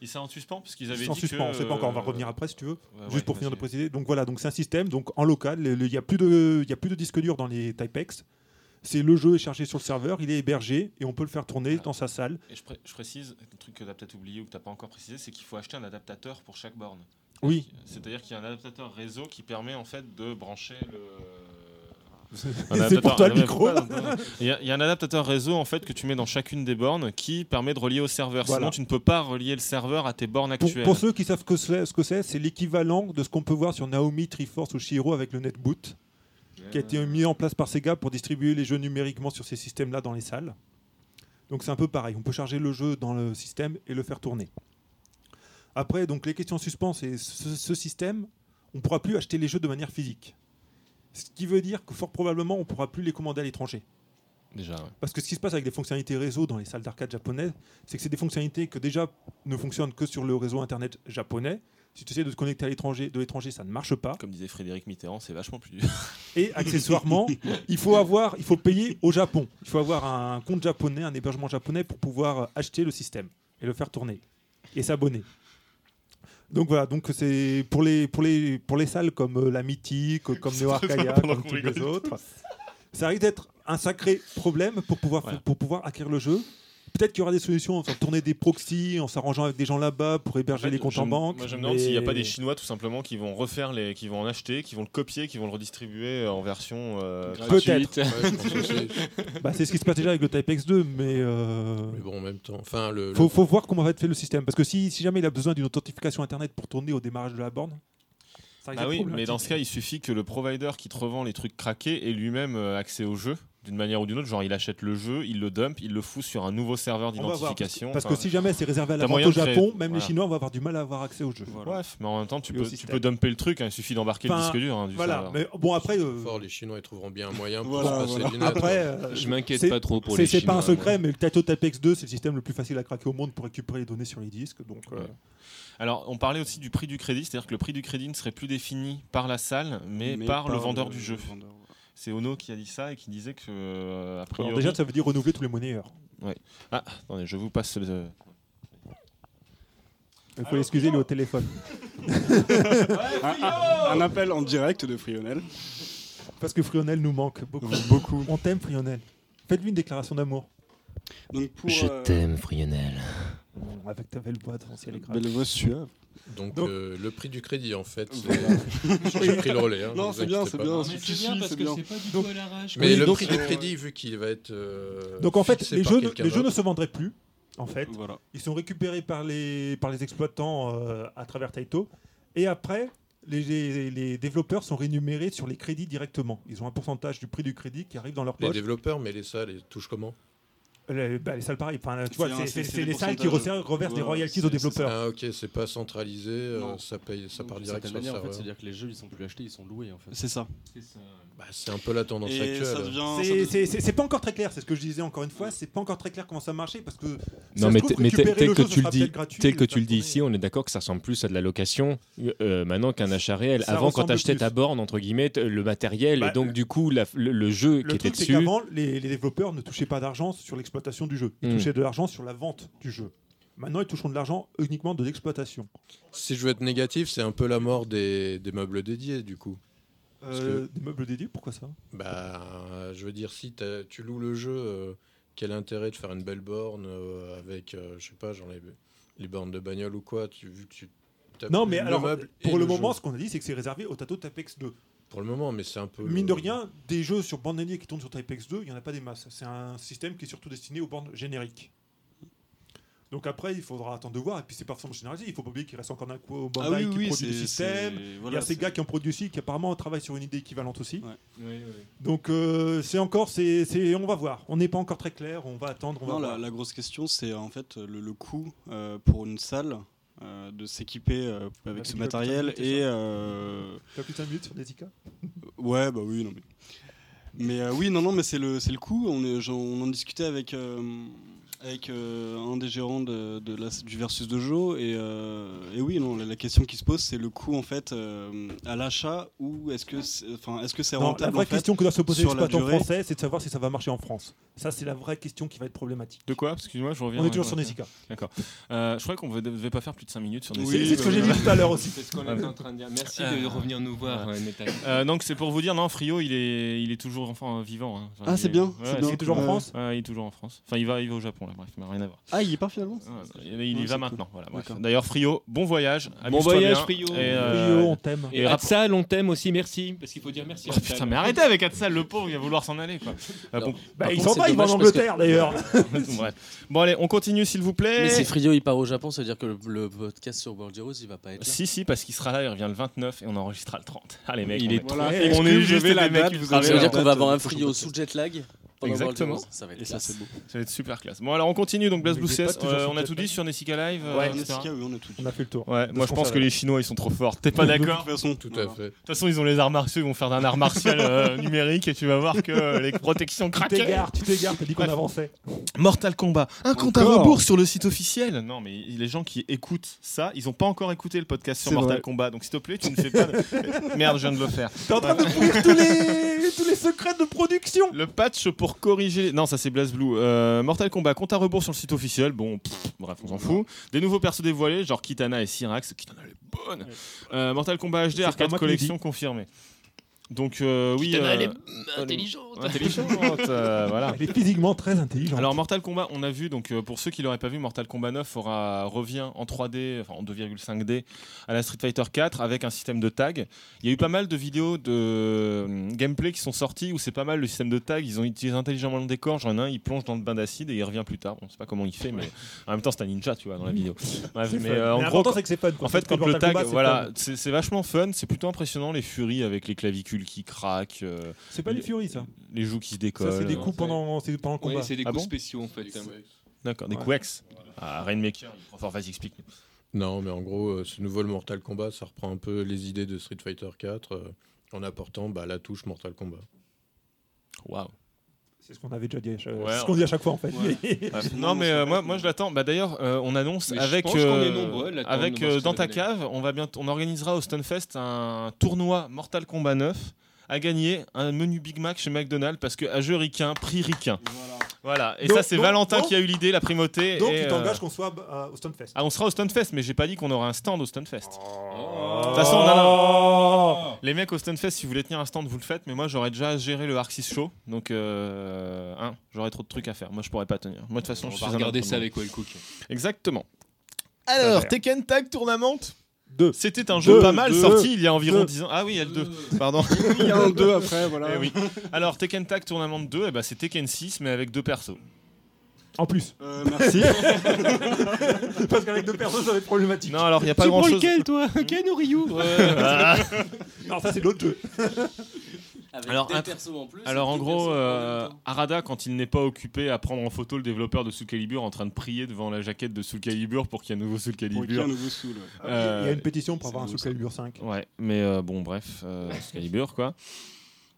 S1: Et c'est en suspens parce qu'ils avaient
S2: C'est en
S1: dit
S2: suspens.
S1: que,
S2: C'est pas encore. On va
S1: euh,
S2: revenir après si tu veux.
S1: ouais, ouais,
S2: Juste pour finir de
S1: vas-y.
S2: préciser. Donc voilà, donc c'est un système. Donc en local, le- le- il y a plus de, il y a plus de disque dur dans les Typex. C'est le jeu est chargé sur le serveur, il est hébergé et on peut le faire tourner dans sa salle.
S1: Et je, pré- je précise, un truc que tu as peut-être oublié ou que tu pas encore précisé, c'est qu'il faut acheter un adaptateur pour chaque borne.
S2: Oui.
S1: C'est-à-dire qu'il y a un adaptateur réseau qui permet en fait de brancher le, Un
S2: C'est pour
S1: adaptateur- non, Ah,
S2: toi le
S1: mais
S2: micro.
S1: pourquoi, non, non. Il y, a- il y a un adaptateur réseau en fait que tu mets dans chacune des bornes qui permet de relier au serveur.
S2: Voilà.
S1: Sinon, tu ne peux pas relier le serveur à tes bornes
S2: Pour,
S1: actuelles.
S2: pour ceux qui savent ce que c'est- ce que c'est, c'est l'équivalent de ce qu'on peut voir sur Naomi, Triforce ou Shiro avec le Netboot, qui a été mis en place par Sega pour distribuer les jeux numériquement sur ces systèmes-là dans les salles. Donc c'est un peu pareil, on peut charger le jeu dans le système et le faire tourner. Après, donc les questions en suspens, c'est ce, ce système, on ne pourra plus acheter les jeux de manière physique. Ce qui veut dire que fort probablement, on ne pourra plus les commander à l'étranger.
S1: Déjà, ouais.
S2: Parce que ce qui se passe avec les fonctionnalités réseau dans les salles d'arcade japonaises, c'est que c'est des fonctionnalités que déjà ne fonctionnent que sur le réseau internet japonais. Si tu essaies de te connecter à l'étranger, de l'étranger, ça ne marche pas.
S1: comme disait Frédéric Mitterrand, c'est vachement plus dur.
S2: Et accessoirement, il faut avoir, il faut payer au Japon. Il faut avoir un compte japonais, un hébergement japonais pour pouvoir acheter le système et le faire tourner et s'abonner. Donc voilà, donc c'est pour les pour les pour les salles comme euh, la Mythique, comme Neo Arcadia,
S1: pendant
S2: comme
S1: qu'on
S2: tous les
S1: rigole
S2: autres. Ça risque d'être un sacré problème pour pouvoir
S1: Voilà.
S2: pour pouvoir acquérir le jeu. Peut-être qu'il y aura des solutions en faisant tourner des proxys, en s'arrangeant avec des gens là-bas pour héberger les comptes
S1: Je
S2: en
S1: me-
S2: banque.
S1: Moi, je me demande s'il n'y a
S2: mais-
S1: pas des Chinois tout simplement qui vont refaire les, qui vont en acheter, qui vont le copier, qui vont le redistribuer en version. euh,
S2: Peut-être.
S8: Ouais, je pense aussi.
S2: Bah, c'est ce qui se passe déjà avec le Type X2, mais euh,
S8: Mais bon, en même temps. Enfin, le. le-
S2: Faut, faut voir comment va être fait le système. Parce que si, si jamais il a besoin d'une authentification internet pour tourner au démarrage de la borne, ça
S1: Ah
S2: risque d'être
S1: oui, mais
S2: problématique.
S1: dans ce cas, il suffit que le provider qui te revend les trucs craqués ait lui-même euh, accès au jeu d'une manière ou d'une autre. Genre, il achète le jeu, il le dump, il le fout sur un nouveau serveur
S2: On va voir,
S1: d'identification.
S2: Parce que
S1: Enfin,
S2: si jamais c'est réservé à la
S1: t'as
S2: vente
S1: moyen
S2: au
S1: de créer-
S2: Japon, même les
S1: voilà.
S2: Chinois vont avoir du mal à avoir accès au jeu.
S1: Bref, mais en même temps, tu
S2: Et au
S1: peux, tu
S2: système.
S1: peux dumper le truc, hein, il suffit d'embarquer
S2: Enfin,
S1: le disque dur. hein, du
S2: Voilà,
S1: serveur.
S2: mais bon après, euh,
S8: Fort, les Chinois, ils trouveront bien un moyen pour
S6: Voilà,
S8: se passer
S6: voilà.
S8: du net.
S2: après euh,
S3: Je m'inquiète
S2: c'est-
S3: pas trop pour
S2: c'est
S3: les
S2: c'est pas un
S3: Chinois, moi.
S2: secret, mais le Taito Tapex 2, c'est le système le plus facile à craquer au monde pour récupérer les données sur les disques. Donc, euh,
S1: Ouais. Alors, on parlait aussi du prix du crédit, c'est-à-dire que le prix du crédit ne serait plus défini par la salle, mais, par, le vendeur du jeu.
S6: vendeur, voilà.
S1: C'est Ono qui a dit ça et qui disait que. euh, a
S2: alors
S1: priori-
S2: déjà, ça veut dire renouveler tous les monnayeurs.
S1: Ah, attendez, je vous passe le.
S2: Il faut l'excuser, il est au téléphone.
S6: Un, un- un appel en direct de Frionel.
S2: Parce que Frionel nous manque beaucoup.
S6: Beaucoup.
S2: On t'aime, Frionel. Faites-lui une déclaration d'amour.
S6: Donc pour
S9: Je
S6: euh,
S9: t'aime, Frionel.
S2: Avec ta belle voix devant si elle est grave.
S6: belle voix suave.
S8: Donc,
S2: Donc-
S8: euh, le prix du crédit, en fait. c'est-
S6: Voilà.
S8: J'ai pris le relais. hein,
S6: Non,
S8: vous
S6: c'est bien,
S8: inquiétez
S6: c'est
S8: pas.
S6: bien.
S3: Mais
S6: Si tu
S3: c'est bien
S6: suis,
S3: parce
S6: c'est
S3: que
S6: bien.
S3: c'est pas du
S2: Donc-
S3: tout à l'arrache.
S8: Mais
S2: Oui,
S8: le
S2: donc-
S8: prix du crédit, vu qu'il va être. euh,
S2: Donc en fait,
S8: fixé
S2: les
S8: par
S2: jeux, ne-
S8: quelqu'un
S2: les jeux ne
S8: d'autre,
S2: se vendraient plus, en fait.
S6: Voilà.
S2: Ils sont récupérés par les, par les exploitants euh, à travers Taito. Et après, les, les- les développeurs sont rémunérés sur les crédits directement. Ils ont un pourcentage du prix du crédit qui arrive dans leur
S8: les
S2: poche.
S8: développeurs, mais les salles, ils touchent comment
S2: Euh, les- bah, les salles, pareil. Enfin, tu
S6: C'est
S2: vois,
S6: un-
S2: c'est-
S6: c'est-
S2: c'est
S6: c'est
S2: c'est
S6: des
S2: les salles qui
S6: pourcentages.
S2: resserrent- reversent des
S6: Voilà,
S2: royalties aux
S6: c'est- c'est ça.
S2: développeurs.
S8: Ah, ok, c'est pas centralisé, euh,
S6: Non.
S8: ça, paye, ça part
S7: D'une
S8: direct
S7: certaine
S8: sur le
S7: manière, en
S6: euh,
S7: fait,
S8: serveur.
S7: c'est-à-dire que les jeux ils sont plus achetés, ils sont loués en fait.
S6: C'est ça.
S8: Bah, c'est un peu la tendance
S6: Et
S8: actuelle.
S6: ça devient. ça
S2: C'est-
S6: devient-
S2: C'est c'est- c'est pas encore très clair, c'est ce que je disais encore une fois, c'est pas encore très clair comment ça marchait parce que.
S3: Non, mais, t- mais tel tel que tu le dis, tel
S2: tel
S3: que tu le dis ici, on est d'accord que ça ressemble plus à de la location euh, maintenant qu'un achat réel.
S2: Ça
S3: Avant, quand
S2: ressemble
S3: t'achetais
S2: plus.
S3: ta borne, entre guillemets, t- le matériel
S2: Bah,
S3: et donc du coup la- le, le jeu qui
S2: Le
S3: était
S2: truc, c'est
S3: dessus.
S2: qu'avant, les, les développeurs ne touchaient pas d'argent sur l'exploitation du jeu. Ils
S3: Hmm.
S2: touchaient de l'argent sur la vente du jeu. Maintenant, ils toucheront de l'argent uniquement de l'exploitation.
S8: Si je veux être négatif, c'est un peu la mort des, des meubles dédiés, du coup.
S2: Euh, Des meubles dédiés, pourquoi ça
S8: Bah, euh, je veux dire, si t'as- tu loues le jeu, euh, quel intérêt de faire une belle borne euh, avec, euh, je sais pas, genre les, les bornes de bagnole ou quoi tu, Vu que tu t'as
S2: Non,
S8: plus
S2: mais
S8: le
S2: alors,
S8: meuble
S2: pour
S8: et
S2: le, moment,
S8: jeu.
S2: ce qu'on a dit, c'est que c'est réservé au Tato Typex 2.
S8: Pour le moment, mais c'est un peu.
S2: Mine de
S8: le-
S2: rien, des jeux sur bande dédiée qui tournent sur Typex 2, il n'y en a pas des masses. C'est un système qui est surtout destiné aux bornes génériques. Donc après, il faudra attendre de voir, et puis c'est pas forcément généralisé. Il faut pas oublier qu'il reste encore un coup au
S6: Ah
S2: Bandai
S6: oui,
S2: qui
S6: oui,
S2: produit le
S6: c'est-
S2: système.
S6: c'est-
S2: Il
S6: voilà,
S2: y a ces
S6: c'est-
S2: gars qui ont produit aussi, qui apparemment travaillent sur une idée équivalente aussi.
S6: Ouais.
S2: Donc euh, c'est encore, c'est, c'est- on va voir. On n'est pas encore très clair, on va attendre, on va
S6: Non, la,
S2: voir.
S6: la grosse question, c'est en fait le, le coût euh, pour une salle euh, de s'équiper euh, avec
S2: Avec
S6: ce
S2: le
S6: matériel
S2: putain de
S6: et
S2: ça.
S6: euh,
S2: T'as plus de 5 minutes sur Desika
S6: ouais, bah oui, non mais. Mais euh, oui, non, non, mais c'est le, c'est le coût. On, est- j'en- on en discutait avec, euh, avec euh, un des gérants de, de la- du Versus Dojo. Et, euh, et oui, non, la, la question qui se pose, c'est le coût en fait euh, à l'achat ou est-ce que c'est, enfin, est-ce que c'est
S2: Non,
S6: rentable
S2: la vraie
S6: en fait
S2: question que doit se poser
S6: sur la
S2: l'exploitant
S6: durée.
S2: français, c'est de savoir si ça va marcher en France. Ça, c'est la vraie question qui va être problématique.
S1: De quoi Excuse-moi, je reviens.
S2: on est toujours sur Desika.
S1: D'accord. Euh, je crois qu'on ne devait pas faire plus de 5 minutes sur Euh,
S6: Oui,
S1: Nessica.
S2: C'est, c'est ce que j'ai dit tout à l'heure aussi.
S3: C'est ce qu'on était en train de dire. Merci
S2: Ah.
S3: de revenir nous voir, euh, Nathan.
S1: Euh, donc c'est pour vous dire, non, Frio, il est, il est toujours enfin, vivant. hein. Enfin,
S6: Ah,
S1: il
S6: c'est
S1: est-
S6: bien,
S1: Ouais,
S6: c'est
S1: ouais,
S6: bien.
S2: Il est toujours en
S1: euh,
S6: Ouais.
S2: France
S1: Ouais, il est toujours en France. Enfin, il va arriver au Japon. là. bref, mais rien à voir.
S6: Ah, il est pas finalement
S1: Ah, Il il y
S6: Non,
S1: va
S6: c'est
S1: maintenant. voilà, bref.
S6: D'accord.
S1: D'ailleurs, Frio, bon voyage.
S3: Bon
S1: amuse-toi
S3: voyage,
S1: bien,
S3: Frio.
S1: et, euh,
S2: Rio, oh, on t'aime.
S1: et
S3: Et
S1: rapp-
S3: Atsal, on t'aime aussi, merci. Parce qu'il faut dire merci.
S1: Oh,
S3: Atsal.
S1: putain, mais arrêtez avec Atsal, le pauvre, il va vouloir s'en aller. Quoi. Euh, bon,
S2: Bah,
S7: Par
S2: il
S7: contre,
S2: s'en
S7: c'est
S2: va, il va en
S7: dommage parce que-
S2: Angleterre d'ailleurs.
S1: bref. Bon, allez, on continue, s'il vous plaît.
S7: Mais si Frio il part au Japon, ça veut dire que le, le podcast sur World Heroes il va pas être là.
S1: Si, si, parce qu'il sera là, il revient le 29 et on enregistrera le 30. Allez, mec,
S3: Il
S1: on
S3: est
S1: est,
S3: trop-
S6: Voilà,
S1: on est juste des mecs qui vous
S7: Donc, ça veut
S1: la
S7: dire qu'on
S6: avoir
S7: va avoir un Frio sous jet lag pendant World
S1: Exactement.
S7: Heroes. Ça va être
S6: Et ça,
S7: classe.
S6: c'est beau.
S1: Ça va être super classe. Bon, alors on continue. Donc, Blaze
S2: Mais
S1: Blue
S2: il est pas
S1: CS,
S2: toujours
S1: euh,
S2: sur
S1: on a
S2: cette
S1: tout dit
S2: page.
S1: sur Nessika Live. euh,
S6: Ouais,
S1: etc.
S6: Nestica, oui, on a tout dit.
S2: On a fait le tour.
S1: Ouais, moi je
S2: qu'on
S1: pense
S2: fait,
S1: que
S2: là.
S1: les Chinois ils sont trop forts. T'es pas d'accord
S6: De toute façon,
S8: Tout
S6: voilà.
S8: à fait.
S1: De toute façon, ils ont les arts martiaux, ils vont faire d'un art martial euh, numérique et tu vas voir que euh, les protections
S2: Tu
S1: craquent.
S2: t'égares, tu t'égares, t'as dit qu'on
S1: Bref.
S2: avançait.
S1: Mortal Kombat, un compte à
S6: Encore
S1: rebours sur le site officiel. Non, mais les gens qui écoutent ça, ils ont pas encore écouté le podcast sur
S6: C'est
S1: Mortal
S6: vrai.
S1: Kombat. Donc, s'il te plaît, tu ne fais pas. de- Merde, je viens de le faire.
S2: T'es en train de courir tous les, tous les secrets de production.
S1: Le patch pour corriger. Non, ça c'est Blaze Blue. Euh, Mortal Kombat, compte à rebours sur le site officiel. Bon, pff, bref, on s'en fout. Des nouveaux persos dévoilés, genre Kitana et Syrax. Kitana, elle est bonne. Euh, Mortal Kombat HD,
S2: pas
S1: arcade
S2: moi qui l'ai
S1: collection confirmée. Donc, euh, oui.
S3: Kitana,
S1: euh,
S3: elle est intelligente.
S1: intelligente, euh, voilà.
S2: Il est physiquement très intelligent.
S1: Alors Mortal Kombat, on a vu donc euh, pour ceux qui l'auraient pas vu, Mortal Kombat 9 aura revient en 3D, enfin en 2,5D à la Street Fighter 4 avec un système de tag. Il y a eu pas mal de vidéos de euh, gameplay qui sont sorties où c'est pas mal le système de tag. Ils ont utilisé intelligemment le décor. J'en ai un, il plonge dans le bain d'acide et il revient plus tard. On sait pas comment il fait, mais en même temps c'est un ninja, tu vois, dans la vidéo. Bref,
S2: C'est
S1: mais
S2: fun.
S1: euh, en gros,
S2: l'important, c'est que c'est fun. quoi.
S1: en fait,
S2: C'est que
S1: quand le
S2: Mortal
S1: tag,
S2: Kombat, c'est
S1: voilà,
S2: fun.
S1: c'est c'est vachement fun, c'est plutôt impressionnant les furies avec les clavicules qui craquent, euh,
S2: C'est pas du Fury, ça.
S1: les joues qui se décollent.
S2: Ça, c'est des
S1: euh,
S2: coups pendant, c'est pendant le
S3: Ouais,
S2: combat.
S3: c'est des
S1: Ah
S3: coups
S1: bon
S3: spéciaux en fait. hein.
S1: D'accord, des
S2: Ouais.
S1: Quex. Ah, Rainmaker, il est trop fort, vas-y, explique.
S8: Non, mais en gros, euh, ce nouveau Mortal Kombat, ça reprend un peu les idées de Street Fighter 4 euh, en apportant bah, la touche Mortal Kombat.
S1: Waouh.
S2: C'est ce qu'on avait déjà dit. à chaque-
S1: Ouais,
S2: c'est ce qu'on dit à chaque fois, en fait.
S1: Non, mais euh, moi, moi je l'attends. Bah, D'ailleurs, euh, on annonce
S3: Mais je
S1: avec,
S3: pense qu'on est nombreux à l'attendre,
S1: avec
S3: voir
S1: euh,
S3: ce que ça
S1: dans
S3: va
S1: ta
S3: donner.
S1: cave, on, va bientôt, on organisera au Stunfest un tournoi Mortal Kombat 9 à gagner un menu Big Mac chez McDonald's parce que à jeu ricain, prix ricain.
S6: Voilà.
S1: Voilà, et
S2: Donc-
S1: ça c'est
S2: donc-
S1: Valentin
S2: donc-
S1: qui a eu l'idée, la primauté.
S2: Donc,
S1: et,
S2: tu
S1: euh,
S2: t'engages qu'on soit euh, au Stunfest.
S1: Ah, on sera au Stunfest, mais j'ai pas dit qu'on aura un stand au Stunfest.
S3: Oh.
S1: toute façon, on a-
S2: a
S1: Les mecs au Stunfest, si vous voulez tenir un stand, vous le faites, mais moi j'aurais déjà géré le Arc 6 Show, donc euh, hein, j'aurais trop de trucs à faire. Moi je pourrais pas tenir. Moi de toute façon,
S3: On
S1: je
S3: va
S1: suis un
S3: regarder
S1: homme
S3: ça
S1: comme
S3: avec Wellcook.
S1: vous. Exactement.
S2: Ça a
S1: Alors,
S2: l'air.
S1: Tekken Tag Tournament,
S2: Deux.
S1: c'était un jeu
S2: Deux,
S1: pas mal
S2: deux,
S1: sorti il y a environ
S2: deux.
S1: 10 ans. Ah oui, il y a le 2. Pardon.
S6: Il y a un 2 après,
S1: Eh
S6: voilà.
S1: oui. Alors, Tekken Tag Tournament 2, eh ben, c'est Tekken 6, mais avec deux persos.
S2: En plus.
S6: Euh, merci.
S2: Parce qu'avec deux personnes, ça va être problématique.
S1: Non, alors il n'y a pas grand chose.
S3: toi Ken ou Ryu
S1: Ah.
S2: Non, ça, c'est l'autre jeu.
S7: Avec
S1: Alors,
S7: des
S1: un-
S7: persos en plus.
S1: Alors
S7: et
S1: en
S7: des
S1: gros,
S7: persos
S1: euh,
S7: en même temps.
S1: Arada, quand il n'est pas occupé à prendre en photo le développeur de Soul Calibur en train de prier devant la jaquette de Soul Calibur pour qu'il y ait un nouveau Soul
S6: Pour qu'il y ait
S1: Calibur.
S6: un nouveau soul. ouais.
S1: Euh,
S2: Il y a une pétition pour
S6: c'est
S2: avoir un
S6: nouveau,
S2: Soul
S6: ça.
S2: Calibur 5.
S1: Ouais, mais euh, bon, bref, euh, Soul Calibur, quoi.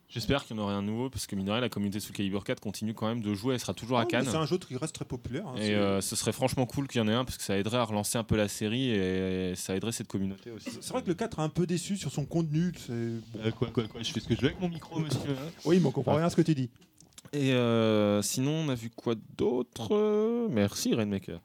S1: J'espère qu'il y en aurait un nouveau, parce que mine de rien, la communauté Soul Calibur 4 continue quand même de jouer, elle sera toujours à
S2: Non, mais
S1: Cannes.
S2: C'est un jeu qui reste très populaire. hein,
S1: Et
S2: c'est-
S1: euh, ce serait franchement cool qu'il y en ait un, parce que ça aiderait à relancer un peu la série et ça aiderait cette communauté aussi.
S2: C'est vrai que le 4 est un peu déçu sur son contenu. c'est- bon.
S1: quoi, quoi, quoi, je fais ce que je veux avec mon micro, monsieur.
S2: Oui, mais on comprend rien à ce que tu dis.
S1: Et euh, sinon, on a vu quoi d'autre Euh, Merci, Rainmaker.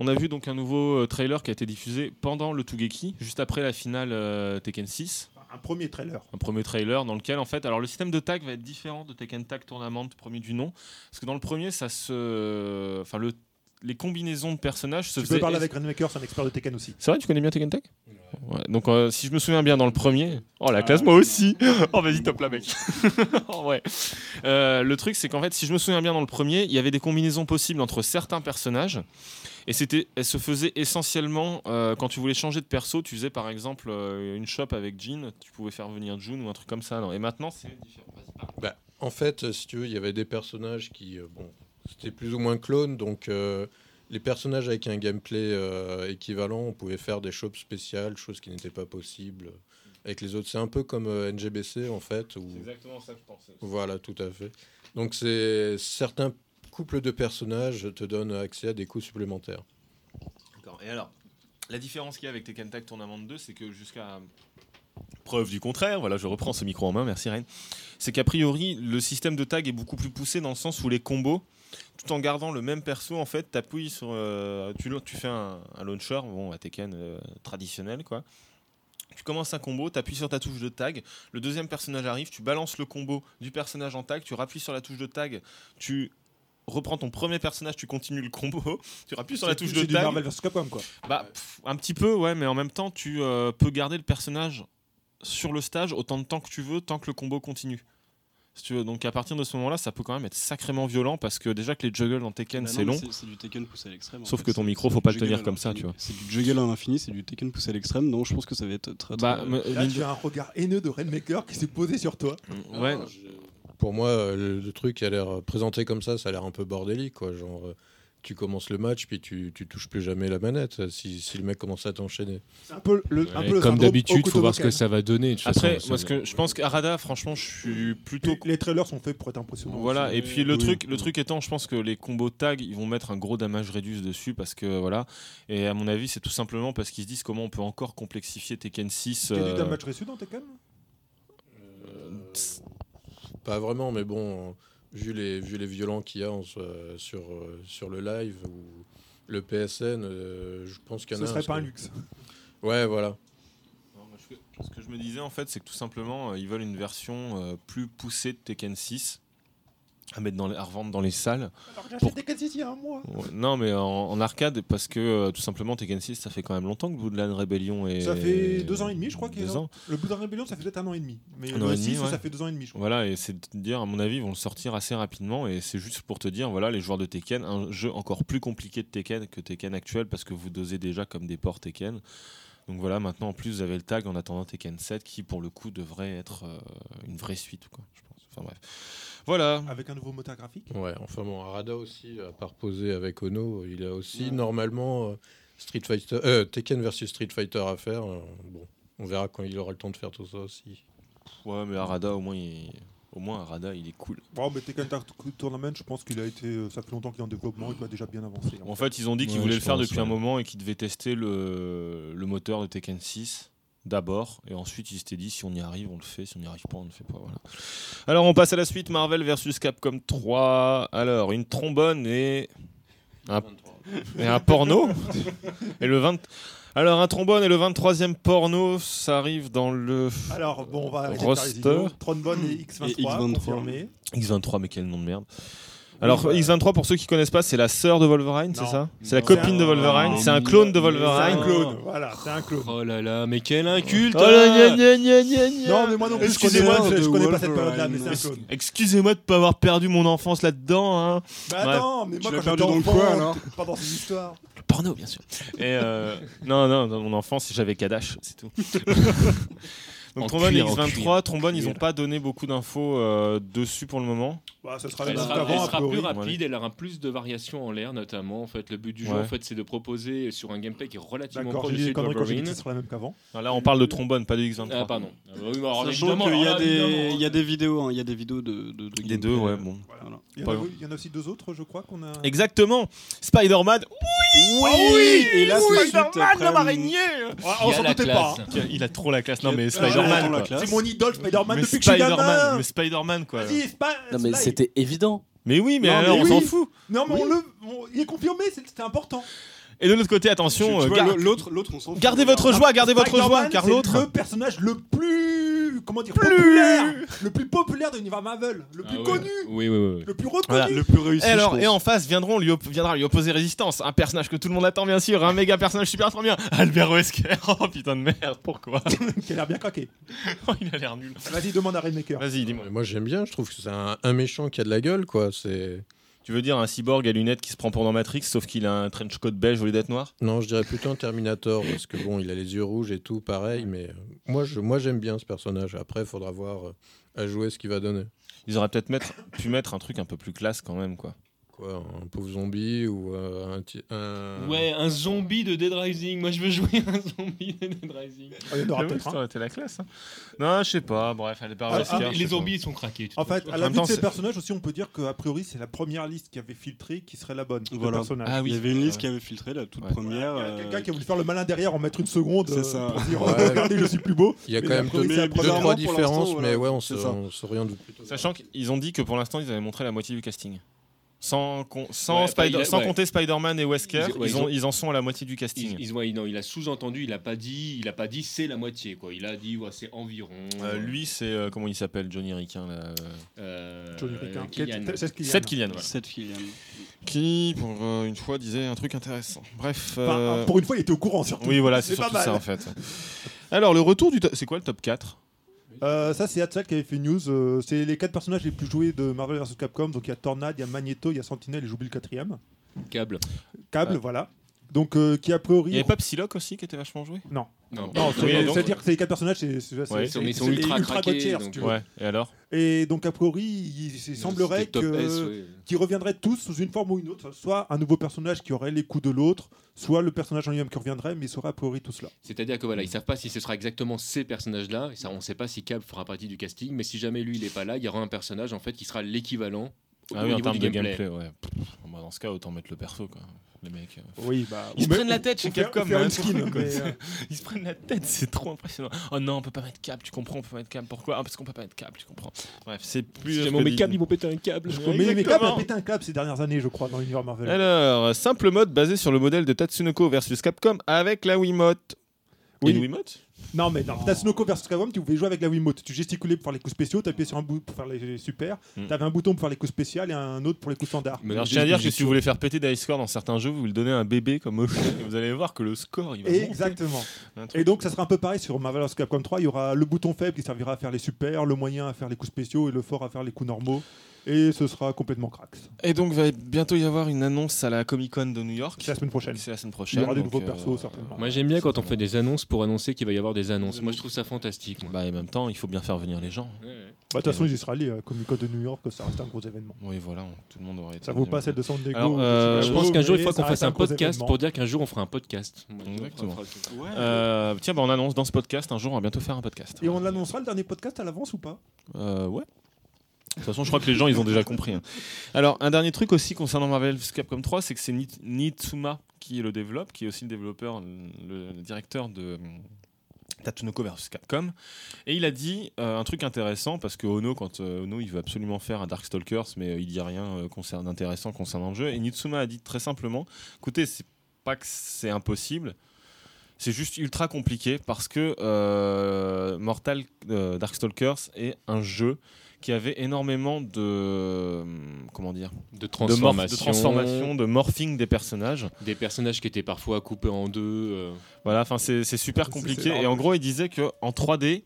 S1: On a vu donc un nouveau euh, trailer qui a été diffusé pendant le Tugeki, juste après la finale euh, Tekken 6.
S2: Un premier trailer.
S1: Un premier trailer dans lequel, en fait, alors le système de tag va être différent de Tekken Tag Tournament, premier du nom. Parce que dans le premier, ça se. Enfin, le... les combinaisons de personnages se
S2: Tu peux
S1: faisaient-
S2: parler avec Rainmaker, c'est un expert de Tekken aussi.
S1: C'est vrai, tu connais bien Tekken Tag Ouais, Donc, euh, si je me souviens bien, dans le premier. Oh, la classe, moi aussi Oh, vas-y, top la mec Oh, ouais. Euh, le truc, c'est qu'en fait, si je me souviens bien, dans le premier, il y avait des combinaisons possibles entre certains personnages. Et c'était, elles se faisaient essentiellement euh, quand tu voulais changer de perso. Tu faisais par exemple euh, une shop avec Jean, tu pouvais faire venir June ou un truc comme ça. Non. Et maintenant, c'est différent.
S8: Bah, en fait, euh, si tu veux, il y avait des personnages qui, euh, bon, c'était plus ou moins clones, donc euh, les personnages avec un gameplay euh, équivalent, on pouvait faire des shops spéciales, chose qui n'était pas possible euh, avec les autres. C'est un peu comme euh, NGBC en fait, où
S1: exactement ça que je pensais.
S8: voilà, tout à fait. Donc c'est certains couples de personnages te donnent accès à des coups supplémentaires.
S1: D'accord. Et alors, la différence qu'il y a avec Tekken Tag Tournament 2, c'est que jusqu'à preuve du contraire, voilà, je reprends ce micro en main, merci Ren, c'est qu'a priori, le système de tag est beaucoup plus poussé dans le sens où les combos, tout en gardant le même perso, en fait, t'appuies sur... euh, tu, tu fais un, un launcher, bon, à Tekken euh, traditionnel, quoi. Tu commences un combo, tu appuies sur ta touche de tag, le deuxième personnage arrive, tu balances le combo du personnage en tag, tu rappuies sur la touche de tag, tu reprends ton premier personnage, tu continues le combo, tu appuies sur la touche de
S2: C'est du
S1: tag.
S2: Marvel vs Capcom quoi.
S1: Bah, pff, un petit peu, ouais, mais en même temps, tu euh, peux garder le personnage sur le stage autant de temps que tu veux, tant que le combo continue. Si tu veux. Donc à partir de ce moment-là, ça peut quand même être sacrément violent parce que déjà que les juggles dans Tekken,
S6: Bah non,
S1: c'est
S6: mais
S1: long.
S6: C'est du Tekken poussé à l'extrême. en
S1: Sauf
S6: fait.
S1: que ton
S6: C'est-
S1: micro,
S6: c'est
S1: faut
S6: du
S1: pas le
S6: juggle
S1: tenir
S6: à
S1: comme ça,
S6: l'infini.
S1: tu vois.
S6: C'est du juggle à l'infini, c'est du Tekken poussé à l'extrême. Donc je pense que ça va être très très.
S1: Bah, me-
S2: Là,
S1: mine
S2: tu as un regard haineux de Rainmaker qui s'est posé sur toi.
S1: de-
S6: Ah,
S1: ouais,
S8: Pour moi, euh, le, le truc a l'air euh, présenté comme ça, ça a l'air un peu bordélique, quoi. Genre, euh, tu commences le match, puis tu, tu touches plus jamais la manette euh, si, si le mec commence à t'enchaîner.
S2: C'est un peu le, un peu le
S3: Comme
S2: syndrome
S3: d'habitude, faut voir ce que
S2: Okutoboken.
S3: ça va donner. de toute
S1: Après,
S3: façon,
S1: moi,
S3: ça-
S1: ce que je pense qu'Arada, franchement, je suis plutôt.
S2: Les, les trailers sont faits pour être impressionnants.
S1: Voilà, et puis le
S6: Oui.
S1: truc, le truc étant, je pense que les combos tags, ils vont mettre un gros damage reduce dessus parce que voilà. Et à mon avis, c'est tout simplement parce qu'ils se disent comment on peut encore complexifier Tekken 6.
S2: Tu as
S1: euh,
S2: du damage reçu dans Tekken
S8: Euh, Pas vraiment, mais bon, vu les, vu les violents qu'il y a en ce- euh, sur, euh, sur le live ou le PSN, euh, je pense qu'il
S2: Ce
S8: y en a.
S2: serait
S8: parce
S2: pas un
S8: que-
S2: luxe.
S8: Ouais, voilà.
S1: Non, moi, ce que- Ce que je me disais en fait, c'est que tout simplement, euh, ils veulent une version euh, plus poussée de Tekken 6 à mettre dans les, à revendre dans les salles.
S2: Alors que
S1: Pour-
S2: j'achète Tekken 6 il y a un mois.
S1: Ouais, Non, mais en, en arcade, parce que euh, tout simplement, Tekken 6, ça fait quand même longtemps que Bloodline Rebellion est.
S2: Ça fait deux ans et demi, je crois qu'il est
S1: Deux
S2: sorti.
S1: ans.
S2: Le Blood and Rebellion, ça fait peut-être un an et demi. Mais
S1: Un
S2: le
S1: an et
S2: six,
S1: demi,
S2: ça,
S1: ouais.
S2: ça fait deux ans et demi, je crois.
S1: Voilà, et c'est de te dire, à mon avis, ils vont le sortir assez rapidement. Et c'est juste pour te dire, voilà, les joueurs de Tekken, un jeu encore plus compliqué de Tekken que Tekken actuel, parce que vous dosez déjà comme des ports Tekken. Donc voilà, maintenant en plus, vous avez le tag en attendant Tekken 7, qui pour le coup devrait être euh, une vraie suite, quoi, je pense. Enfin bref. Voilà.
S2: Avec un nouveau moteur graphique.
S8: Ouais, enfin bon, Arada aussi, à part poser avec Ono, il a aussi normalement euh, Street Fighter, euh, Tekken versus Street Fighter à faire. Euh, bon, on verra quand il aura le temps de faire tout ça aussi.
S1: Ouais, mais Arada, au moins, il... au moins Arada, il est cool.
S2: Bon, mais Tekken Tag Tournament, je pense qu'il a été. euh, Ça fait longtemps qu'il est en développement, il doit déjà bien avancer. hein.
S1: En fait, ils ont dit qu'ils
S3: Ouais,
S1: voulaient
S3: je
S1: le faire
S3: pense,
S1: depuis
S3: ouais.
S1: un moment et qu'ils devaient tester le, le moteur de Tekken 6 d'abord. Et ensuite, ils s'étaient dit si on y arrive, on le fait. Si on n'y arrive pas, on ne le fait pas. Voilà. Alors, on passe à la suite Marvel versus Capcom 3. Alors, une trombone et. Un, et un porno. et le 20. Alors, un trombone et le 23e porno, ça arrive dans le.
S2: Alors, bon, on va.
S1: Roster.
S2: Tronbone et X23,
S6: Et X23.
S2: confirmé.
S1: X23, mais quel nom de merde. Alors,
S2: bah-
S1: X23, pour ceux qui connaissent pas, c'est la sœur de Wolverine, c'est
S2: Non.
S1: ça C'est la
S3: Non.
S1: copine de
S3: Non.
S1: Wolverine,
S3: Non.
S1: c'est un clone de
S3: Mais
S2: C'est
S1: Wolverine.
S2: un clone, Ah. voilà, c'est un clone.
S3: Oh là là, mais quel inculte
S1: Oh là, gna, gna, gna, gna, gna.
S2: Non, mais moi non plus, je connais,
S1: Excusez-moi,
S2: pas- je,
S6: de
S2: je connais pas cette
S6: Wolverine.
S2: période-là, mais c'est un clone.
S1: Excusez-moi de pas avoir perdu mon enfance là-dedans. Hein.
S2: Bah
S1: Ouais.
S2: non, mais moi
S6: l'as
S2: quand
S6: perdu
S2: j'étais
S6: dans le
S2: enfant,
S6: coin, alors
S2: t'es pas dans ces histoires.
S1: Le porno, bien sûr. Et euh, non, non, dans mon enfance, j'avais Kadash, c'est tout.
S3: En
S1: Donc Trombone et
S3: cuir, en
S1: X23,
S3: cuir.
S1: Trombone, ils n'ont pas donné beaucoup d'infos euh, dessus pour le moment.
S2: Bah, ça sera
S3: Elle
S2: juste
S3: sera,
S2: avant,
S3: elle
S2: a
S3: sera
S2: priori.
S3: plus rapide, elle aura plus de variations en l'air notamment. En fait, le but du jeu,
S1: Ouais.
S3: en fait, c'est de proposer sur un gameplay qui est relativement
S2: D'accord,
S3: proche
S2: j'ai
S3: de
S2: dit
S3: celui
S2: des conneries
S3: de
S2: quand j'ai dit que
S3: Wolverine.
S2: ce sera la même qu'avant.
S1: Alors là, on parle de Trombone, pas de X23.
S3: Ah pardon. Ah, bah oui, mais alors,
S6: Sachant
S3: évidemment,
S6: qu'il y, a
S3: alors là,
S6: des-
S3: évidemment.
S6: il y a des vidéos, hein, il y a des vidéos de. de, de
S1: Les deux,
S6: gameplay,
S1: ouais,
S6: euh,
S1: bon.
S6: voilà.
S2: Il y, en
S1: Pas
S2: a,
S1: long.
S2: il y en a aussi deux autres, je crois, qu'on a.
S1: Exactement. Spider-Man.
S6: Oui, Et là, tout de suite, après,
S2: Ah,
S3: Il
S2: on
S3: y a
S2: s'en
S3: la
S2: doutait pas.
S3: classe.
S2: hein.
S1: Il a trop la classe. Non, mais
S2: Ah, j'attends
S1: Spider-Man.
S6: la
S1: quoi.
S6: classe.
S2: C'est mon idole, Spider-Man,
S1: Mais
S2: depuis que je suis
S1: Spider-Man,
S2: gamin.
S1: mais Spider-Man quoi.
S2: Vas-y, Spi-
S7: Non, mais
S2: Spy.
S7: c'était évident.
S1: Mais oui, mais
S2: Non,
S1: alors
S2: mais
S1: on s'en
S2: oui.
S1: fout.
S2: Non, mais on le. on- Il est confirmé, c'est- c'était important.
S1: Et de l'autre côté,
S6: tu- tu
S1: attention, euh,
S6: vois,
S1: gar-
S6: l'autre- l'autre, l'autre, on s'en fout.
S1: gardez votre joie, gardez votre joie,
S2: Spider-Man,
S1: car
S2: c'est
S1: l'autre.
S2: Le personnage le plus. Comment dire Populaire Le plus populaire de l'univers Marvel. Le
S3: Ah
S2: plus
S3: oui.
S2: connu.
S3: Oui, oui, oui.
S2: Le plus reconnu.
S1: Voilà.
S6: Le plus réussi.
S1: Et, alors,
S6: je
S1: et
S6: pense.
S1: en face viendront lui op- viendra lui opposer Résistance, un personnage que tout le monde attend bien sûr, un méga personnage super trop bien, Albert Wesker. Oh putain de merde, pourquoi
S2: Qui a l'air bien craqué.
S1: Oh, Il a l'air nul.
S2: Vas-y, demande à Rainmaker.
S1: Vas-y, dis-moi.
S8: Mais moi j'aime bien, je trouve que c'est un, un méchant qui a de la gueule, quoi. C'est
S1: Tu veux dire un cyborg à lunettes qui se prend pour dans Matrix, sauf qu'il a un trench coat beige au lieu d'être noir
S8: non, je dirais plutôt un Terminator parce que bon, il a les yeux rouges et tout, pareil. Mais euh, moi, je, moi j'aime bien ce personnage. Après, faudra voir euh, à jouer ce qu'il va donner.
S1: Ils auraient peut-être mettre- pu mettre un truc un peu plus classe quand même quoi.
S8: Quoi, un pauvre zombie ou euh, un, ti- un-
S3: Ouais, un zombie de Dead Rising. Moi, je veux jouer un zombie de Dead Rising.
S2: Ah, Il y en aura
S1: J'avoue que
S2: peut-être
S1: ça
S2: un.
S1: aurait été la classe. hein. Non, je sais pas, bref, Albert
S2: Ah,
S1: Wesker.
S2: ah,
S1: je
S3: les
S1: sais
S3: zombies, ils sont craqués.
S2: En fait, à
S1: En
S2: la
S1: même
S2: vue
S1: temps,
S2: de ces
S1: c'est-
S2: personnages aussi, on peut dire qu'a priori, c'est la première liste qui avait filtré qui serait la bonne. de
S6: Voilà.
S2: personnages.
S1: Ah oui.
S6: Il y avait une liste
S1: Ouais.
S6: qui avait filtré la toute
S1: Ouais.
S6: première.
S2: Il y a Quelqu'un
S6: euh,
S2: qui a voulu faire le malin derrière en mettre une seconde
S6: C'est
S2: euh,
S6: ça.
S2: pour dire
S8: Ouais.
S2: regardez je suis plus beau.
S8: Il y a
S2: Mais
S8: quand même
S2: après,
S8: deux,
S2: c'est
S6: la
S8: deux,
S6: première
S8: trois
S6: fois pour
S8: différences,
S6: l'instant,
S8: mais
S6: voilà.
S8: ouais, on se-
S6: C'est ça.
S8: on s'oriente plutôt.
S1: Sachant qu'ils ont dit que pour l'instant ils avaient montré la moitié du casting. Sans, con- sans,
S3: Ouais,
S1: Spider-
S3: bah, il a-
S1: sans
S3: ouais.
S1: compter Spider-Man et Wesker,
S3: Ils-
S1: ils,
S3: ouais, ils
S1: ont-
S3: ont-
S1: ils en sont à la moitié du
S2: ah,
S1: casting.
S3: Ils, ils ont, non, il a sous-entendu, il a pas dit, il a pas dit c'est la moitié quoi. Il a dit ouais, c'est environ.
S1: Euh, lui, c'est euh, comment il s'appelle Johnny Riquin. là, euh,
S3: euh,
S2: Johnny Ricker.
S3: Kylian.
S2: Kate- Seth Killian.
S1: Seth Killian, voilà.
S6: Cette fille. hein.
S1: Qui, pour euh, une fois, disait un truc intéressant. Bref.
S2: Enfin,
S1: euh,
S2: Pour une fois, il était au courant surtout.
S1: Oui, voilà, c'est
S2: C'est pas
S1: surtout
S2: mal.
S1: ça en fait. Alors, le retour du. to- C'est quoi le top 4
S2: Euh, ça, c'est Hatzal qui avait fait une news. euh, c'est les quatre personnages les plus joués de Marvel vs Capcom. Donc il y a Tornade, il y a Magneto, il y a Sentinelle et j'oublie le quatrième.
S3: Câble.
S2: Câble, voilà. Donc euh, qui a priori.
S1: Il n'y avait pas Psylocke aussi qui était vachement joué
S3: Non,
S2: Non,
S1: Oui,
S2: c'est-
S1: donc-
S2: c'est-à-dire que c'est les quatre personnages, c'est, c'est- c'est-
S1: Ouais,
S3: ils sont-
S2: c'est-
S3: ils sont
S2: c'est
S3: ultra
S2: les
S3: craqués,
S2: tiers,
S3: donc,
S2: si tu veux.
S1: Ouais, et alors
S2: Et donc a priori, il, il semblerait
S3: c'était top S,
S2: que
S3: ouais.
S2: qu'ils reviendraient tous sous une forme ou une autre, soit un nouveau personnage qui aurait les coups de l'autre, soit le personnage en lui-même qui reviendrait, mais il sera a priori tout cela.
S3: C'est-à-dire que
S1: Mm.
S3: voilà, ils savent pas si ce sera exactement ces personnages-là. et Ça, on sait pas si Cab fera partie du casting, mais si jamais lui il est pas là, il y aura un personnage en fait qui sera l'équivalent au
S1: Ah oui, en
S3: niveau
S1: termes
S3: du
S1: de
S3: gameplay.
S1: gameplay, ouais. Pff, bah, dans ce cas, autant mettre le perso, quoi. Les mecs. euh.
S2: Oui, bah.
S1: Ils se prennent la tête chez Capcom. hein,
S2: une
S1: pour le
S2: skin,
S1: coup,
S2: mais,
S1: quoi.
S2: euh,
S1: Ils se prennent la tête, c'est trop impressionnant. Oh non, on peut pas mettre câble, tu comprends, on peut pas mettre câble. Pourquoi Ah, parce qu'on peut pas mettre câble, tu comprends. Bref, c'est plus.
S3: vont péter un câble.
S2: mais, mais Cap
S1: Exactement.
S2: a pété un câble ces dernières années, je crois, dans l'univers Marvel.
S1: Alors, euh, simple mode basé sur le modèle de Tatsunoko versus Capcom avec la Wiimote.
S2: Oui.
S1: Et une Wiimote
S2: Non, mais dans Tatsunoko vs Capcom, tu pouvais jouer avec la Wiimote. Tu gesticulais pour faire les coups spéciaux, t'appuyais sur un bout pour faire les super,
S1: Mm.
S2: t'avais un bouton pour faire les coups spéciaux et un autre pour les coups standards.
S1: Alors, je tiens à dire que si vous voulez faire péter Dice Score dans certains jeux, vous lui donnez un bébé comme objet et vous allez voir que le score
S3: Ah
S1: il va monter.
S2: Exactement.
S1: Un truc.
S2: Et donc, ça sera un peu pareil sur Marvel vs Capcom 3. Il y aura le bouton faible qui servira à faire les super, le moyen à faire les coups spéciaux et le fort à faire les coups normaux. Et ce sera complètement crax.
S1: Et donc, va bientôt y avoir une annonce à la Comic Con de New York.
S2: C'est la semaine prochaine.
S1: C'est la semaine
S2: Il
S1: prochaine.
S2: y aura des
S1: donc,
S2: nouveaux
S1: euh,
S2: persos, certainement.
S3: Moi j'aime bien quand on fait des annonces pour annoncer qu'il va y avoir des annonces. Moi je trouve ça fantastique. moi.
S1: Bah, et en même temps, il faut bien faire venir les gens.
S2: Bah, De toute façon, ils y seront allés. euh, Comic Con de New York, ça reste un gros événement.
S1: Oui, voilà, on- tout le monde aurait été.
S2: Ça vaut pas celle de San Diego.
S1: Alors,
S2: ou de
S1: euh,
S3: Je
S2: Chicago,
S3: pense qu'un jour il
S2: mais
S3: faut qu'on
S2: ça reste
S3: fasse un
S2: gros
S3: podcast
S2: événement.
S3: pour dire qu'un jour on fera un podcast.
S1: Exactement.
S6: Ouais.
S1: Euh, tiens, bah, on annonce dans ce podcast, un jour on va bientôt faire un podcast.
S2: Et on annoncera le dernier podcast à l'avance ou pas
S1: Euh, ouais. De toute façon, je crois que les gens, ils ont déjà compris. hein. Alors, un dernier truc aussi concernant Marvel vs Capcom 3, c'est que c'est Ni- Nitsuma qui le développe, qui est aussi le développeur, le, le directeur de hum, Tatsunoko vs Capcom. Et il a dit euh, un truc intéressant, parce que Ono, quand euh, Ono, il veut absolument faire un Darkstalkers, mais euh, il dit rien euh, concern- d'intéressant concernant le jeu. Et Nitsuma a dit très simplement, écoutez, c'est pas que c'est impossible, c'est juste ultra compliqué parce que euh, Mortal euh, Darkstalkers est un jeu qui avait énormément de euh, comment dire
S3: De
S1: de, morph- de
S3: transformation.
S1: transformation, de morphing des personnages.
S3: Des personnages qui étaient parfois coupés en deux. euh,
S1: Voilà, enfin c'est c'est super compliqué. Et en gros, il disait que en 3D,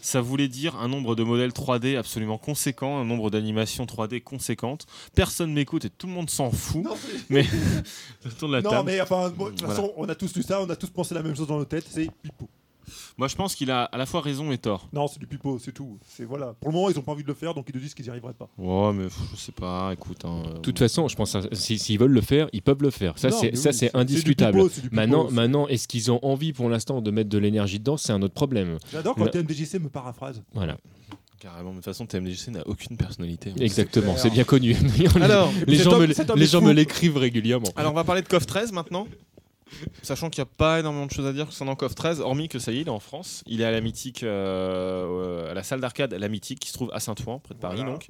S1: ça voulait dire un nombre de modèles 3D absolument conséquent, un nombre d'animations 3D conséquentes. Personne m'écoute et tout le monde s'en fout.
S2: Non, c'est-
S1: Mais autour de la
S2: Non,
S1: table.
S2: mais enfin, bon, de toute
S1: Voilà.
S2: façon, on a tous lu ça, on a tous pensé la même chose dans nos têtes, c'est pipo.
S1: Moi, je pense qu'il a à la fois raison et tort.
S2: Non, c'est du pipo, c'est tout. C'est voilà. Pour le moment, ils ont pas envie de le faire, donc ils nous disent qu'ils n'y arriveraient pas.
S1: Ouais, mais pff, je sais pas. Écoute, hein, euh,
S3: De toute façon, je pense que si- s'ils veulent le faire, ils peuvent le faire. Ça,
S2: Non,
S3: c'est
S2: mais
S3: ça,
S2: oui,
S3: c'est
S2: c'est-
S3: indiscutable.
S2: c'est du pipeau, c'est du pipeau,
S3: maintenant,
S2: c'est-
S3: maintenant, est-ce qu'ils ont envie pour l'instant de mettre de l'énergie dedans C'est un autre problème.
S2: J'adore quand
S3: Le-
S2: TMDJC me paraphrase.
S3: Voilà,
S1: carrément. Mais De toute façon, TMDJC n'a aucune personnalité. hein.
S3: exactement.
S2: clair.
S3: C'est bien connu.
S1: Alors,
S3: les
S2: cet
S3: gens me
S2: homme-
S3: l-
S2: cet homme
S3: les
S2: est
S3: gens
S2: fou.
S3: me l'écrivent régulièrement.
S1: Alors on va parler de CoF 13 maintenant. Sachant qu'il n'y a pas énormément de choses à dire concernant CoF 13, hormis que ça y est, il est en France. Il est à la mythique, euh, euh, à la salle d'arcade La Mythique qui se trouve à Saint-Ouen, près de Paris
S2: Voilà.
S1: donc.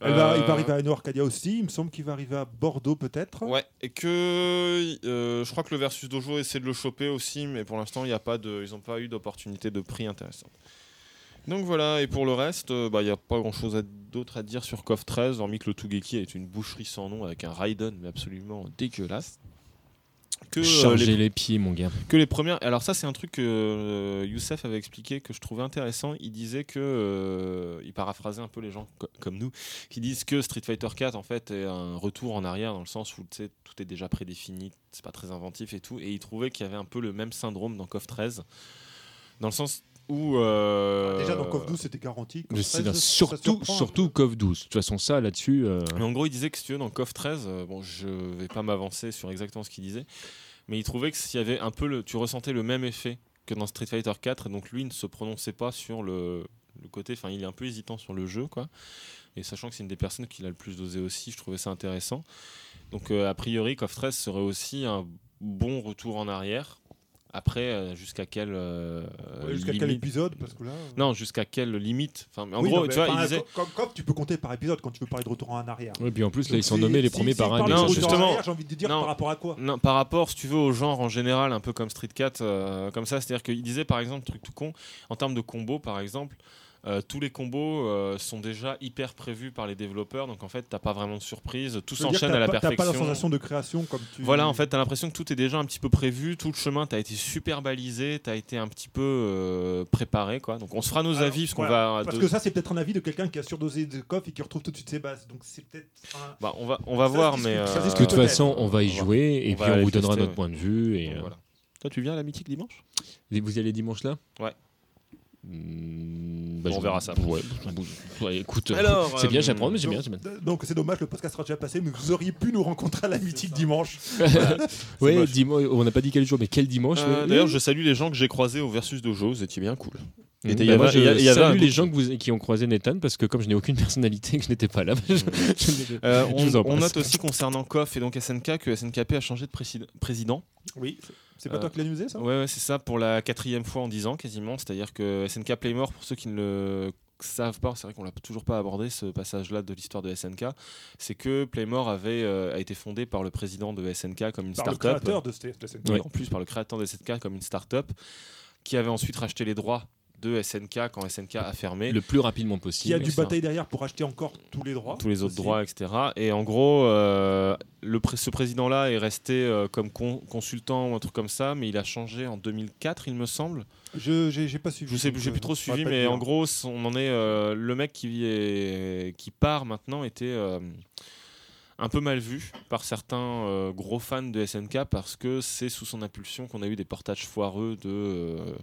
S2: Elle va-
S1: Euh,
S2: Il va arriver à New Arcadia aussi, il me semble qu'il va arriver à Bordeaux peut-être.
S1: Ouais, et que euh, je crois que le Versus Dojo essaie de le choper aussi, mais pour l'instant, il y a pas de, ils n'ont pas eu d'opportunité de prix intéressante. Donc voilà, et pour le reste, euh, bah, il n'y a pas grand-chose à- d'autre à dire sur KOF 13, hormis que le Tougeki est une boucherie sans nom avec un Raiden mais absolument dégueulasse. Que, euh,
S3: Chargez
S1: les,
S3: les pieds, mon gars.
S1: que les premières. Alors, ça, c'est un truc que euh, Youssef avait expliqué que je trouvais intéressant. Il disait que. euh, il paraphrasait un peu les gens co- comme nous qui disent que Street Fighter 4 en fait est un retour en arrière dans le sens où tu sais, tout est déjà prédéfini, c'est pas très inventif et tout. Et ils trouvaient qu'il y avait un peu le même syndrome dans KOF 13, dans le sens où euh,
S2: Déjà dans Cov 12 c'était garanti. Cov
S3: Je
S2: 13,
S3: sais,
S2: ça
S3: surtout,
S2: surprend, hein.
S3: surtout Cov 12. De toute façon, ça, là-dessus. euh,
S1: Mais en gros, il disait que si tu veux, dans KOF 13, euh, bon, je vais pas m'avancer sur exactement ce qu'il disait, mais il trouvait que s'il y avait un peu le, tu ressentais le même effet que dans Street Fighter 4, donc lui il ne se prononçait pas sur le, le côté, enfin il est un peu hésitant sur le jeu, quoi. Et sachant que c'est une des personnes qui l'a le plus dosé aussi, je trouvais ça intéressant. Donc euh, a priori, KOF 13 serait aussi un bon retour en arrière. Après, euh, jusqu'à quelle euh,
S2: Ouais, Jusqu'à quel
S1: limite
S2: épisode Parce que là. euh,
S1: Non, jusqu'à quelle limite Enfin, En
S2: oui,
S1: gros,
S2: non, mais
S1: tu vois, il
S2: enfin,
S1: disait.
S2: Comme, comme tu peux compter par épisode quand tu veux parler de retour en arrière.
S5: Et puis en plus, là, ils sont
S2: Si-
S5: nommés les
S2: si-
S5: premiers
S2: si
S5: par
S2: on parle
S5: année.
S2: de
S1: Non,
S2: retour en
S1: justement.
S2: arrière, J'ai envie de dire
S1: Non.
S2: par rapport à quoi
S1: Non, par rapport, si tu veux, au genre en général, un peu comme Street Cat, euh, comme ça, c'est-à-dire qu'il disait par exemple, truc tout con, en termes de combos par exemple, euh, tous les combos euh, sont déjà hyper prévus par les développeurs, donc en fait, t'as pas vraiment de surprise, tout
S2: Je veux dire,
S1: s'enchaîne
S2: t'as
S1: à la
S2: pas-
S1: perfection.
S2: T'as pas la sensation de création comme tu.
S1: Voilà, en fait, t'as l'impression que tout est déjà un petit peu prévu, tout le chemin, t'as été super balisé, t'as été un petit peu euh, préparé, quoi. Donc on se fera nos
S2: Alors,
S1: avis, parce qu'on
S2: voilà,
S1: va.
S2: Parce
S1: de-
S2: que ça, c'est peut-être un avis de quelqu'un qui a surdosé de coffre et qui retrouve tout de suite ses bases. Donc c'est peut-être. un-
S1: Bah, on va, on va
S2: ça se
S1: voir,
S2: discute,
S1: mais.
S2: ça
S1: euh,
S2: se
S5: De
S2: discute.
S5: toute façon, on va y
S1: on va-
S5: jouer et
S1: on
S5: puis
S1: va
S5: on
S1: aller
S5: vous donnera
S1: tester,
S5: notre
S1: ouais.
S5: point de vue. Et
S1: donc,
S5: euh,
S1: voilà. Toi, tu viens à la mythique dimanche
S3: euh,
S5: Vous allez dimanche là
S1: Ouais.
S3: Hmm,
S5: Mmh, bah,
S1: On
S5: je-
S1: verra ça.
S5: Ouais, ouais, écoute,
S1: Alors,
S5: c'est bien,
S1: euh,
S5: j'apprends, mais c'est bien.
S2: Donc-
S5: c'est bien.
S2: Donc c'est dommage, le podcast sera déjà passé, mais vous auriez pu nous rencontrer à la mythique dimanche.
S5: Ouais,
S2: moche.
S5: dimanche, on n'a pas dit quel jour, mais quel dimanche
S1: Euh,
S5: ouais.
S1: D'ailleurs, je salue les gens que j'ai croisés au Versus Dojo, vous étiez bien cool.
S5: Mmh. Bah,
S1: Et il y avait-
S5: moi, je
S1: il y a- il y avait un
S5: salue les
S1: groupe-
S5: gens que vous- qui ont croisé Nathan parce que comme je n'ai aucune personnalité, et que je n'étais pas là. je- je-
S1: Euh,
S5: Je
S1: on,
S5: vous embrasse.
S1: on note aussi concernant KOF et donc SNK que SNKP a changé de présid- président.
S2: Oui, c'est pas
S1: Euh,
S2: toi qui l'as amusé ça
S1: Ouais, ouais, c'est ça pour la quatrième fois en 10 ans quasiment. C'est-à-dire que SNK Playmore, pour ceux qui ne le savent pas, c'est vrai qu'on l'a toujours pas abordé ce passage-là de l'histoire de SNK, c'est que Playmore avait, euh, a été fondé par le président de SNK comme une
S2: Par le
S1: start-up.
S2: créateur de cette de cette-
S5: Ouais.
S1: En plus, par le créateur de SNK comme une start-up qui avait ensuite racheté les droits de SNK quand SNK a fermé.
S5: le plus rapidement
S2: Qui
S5: possible.
S2: a dû
S1: ça.
S2: batailler derrière pour acheter encore tous les droits.
S1: tous les autres
S2: aussi.
S1: droits, etc. Et en gros, euh, le pré- ce président-là est resté euh, comme con- consultant ou un truc comme ça, mais il a changé en 2004, il me semble.
S2: Je j'ai j'ai pas suivi.
S1: Je sais, plus- j'ai plus trop suivi, mais en gros, son- on en est euh, le mec qui est- qui part maintenant était euh, un peu mal vu par certains euh, gros fans de SNK parce que c'est sous son impulsion qu'on a eu des portages foireux de euh,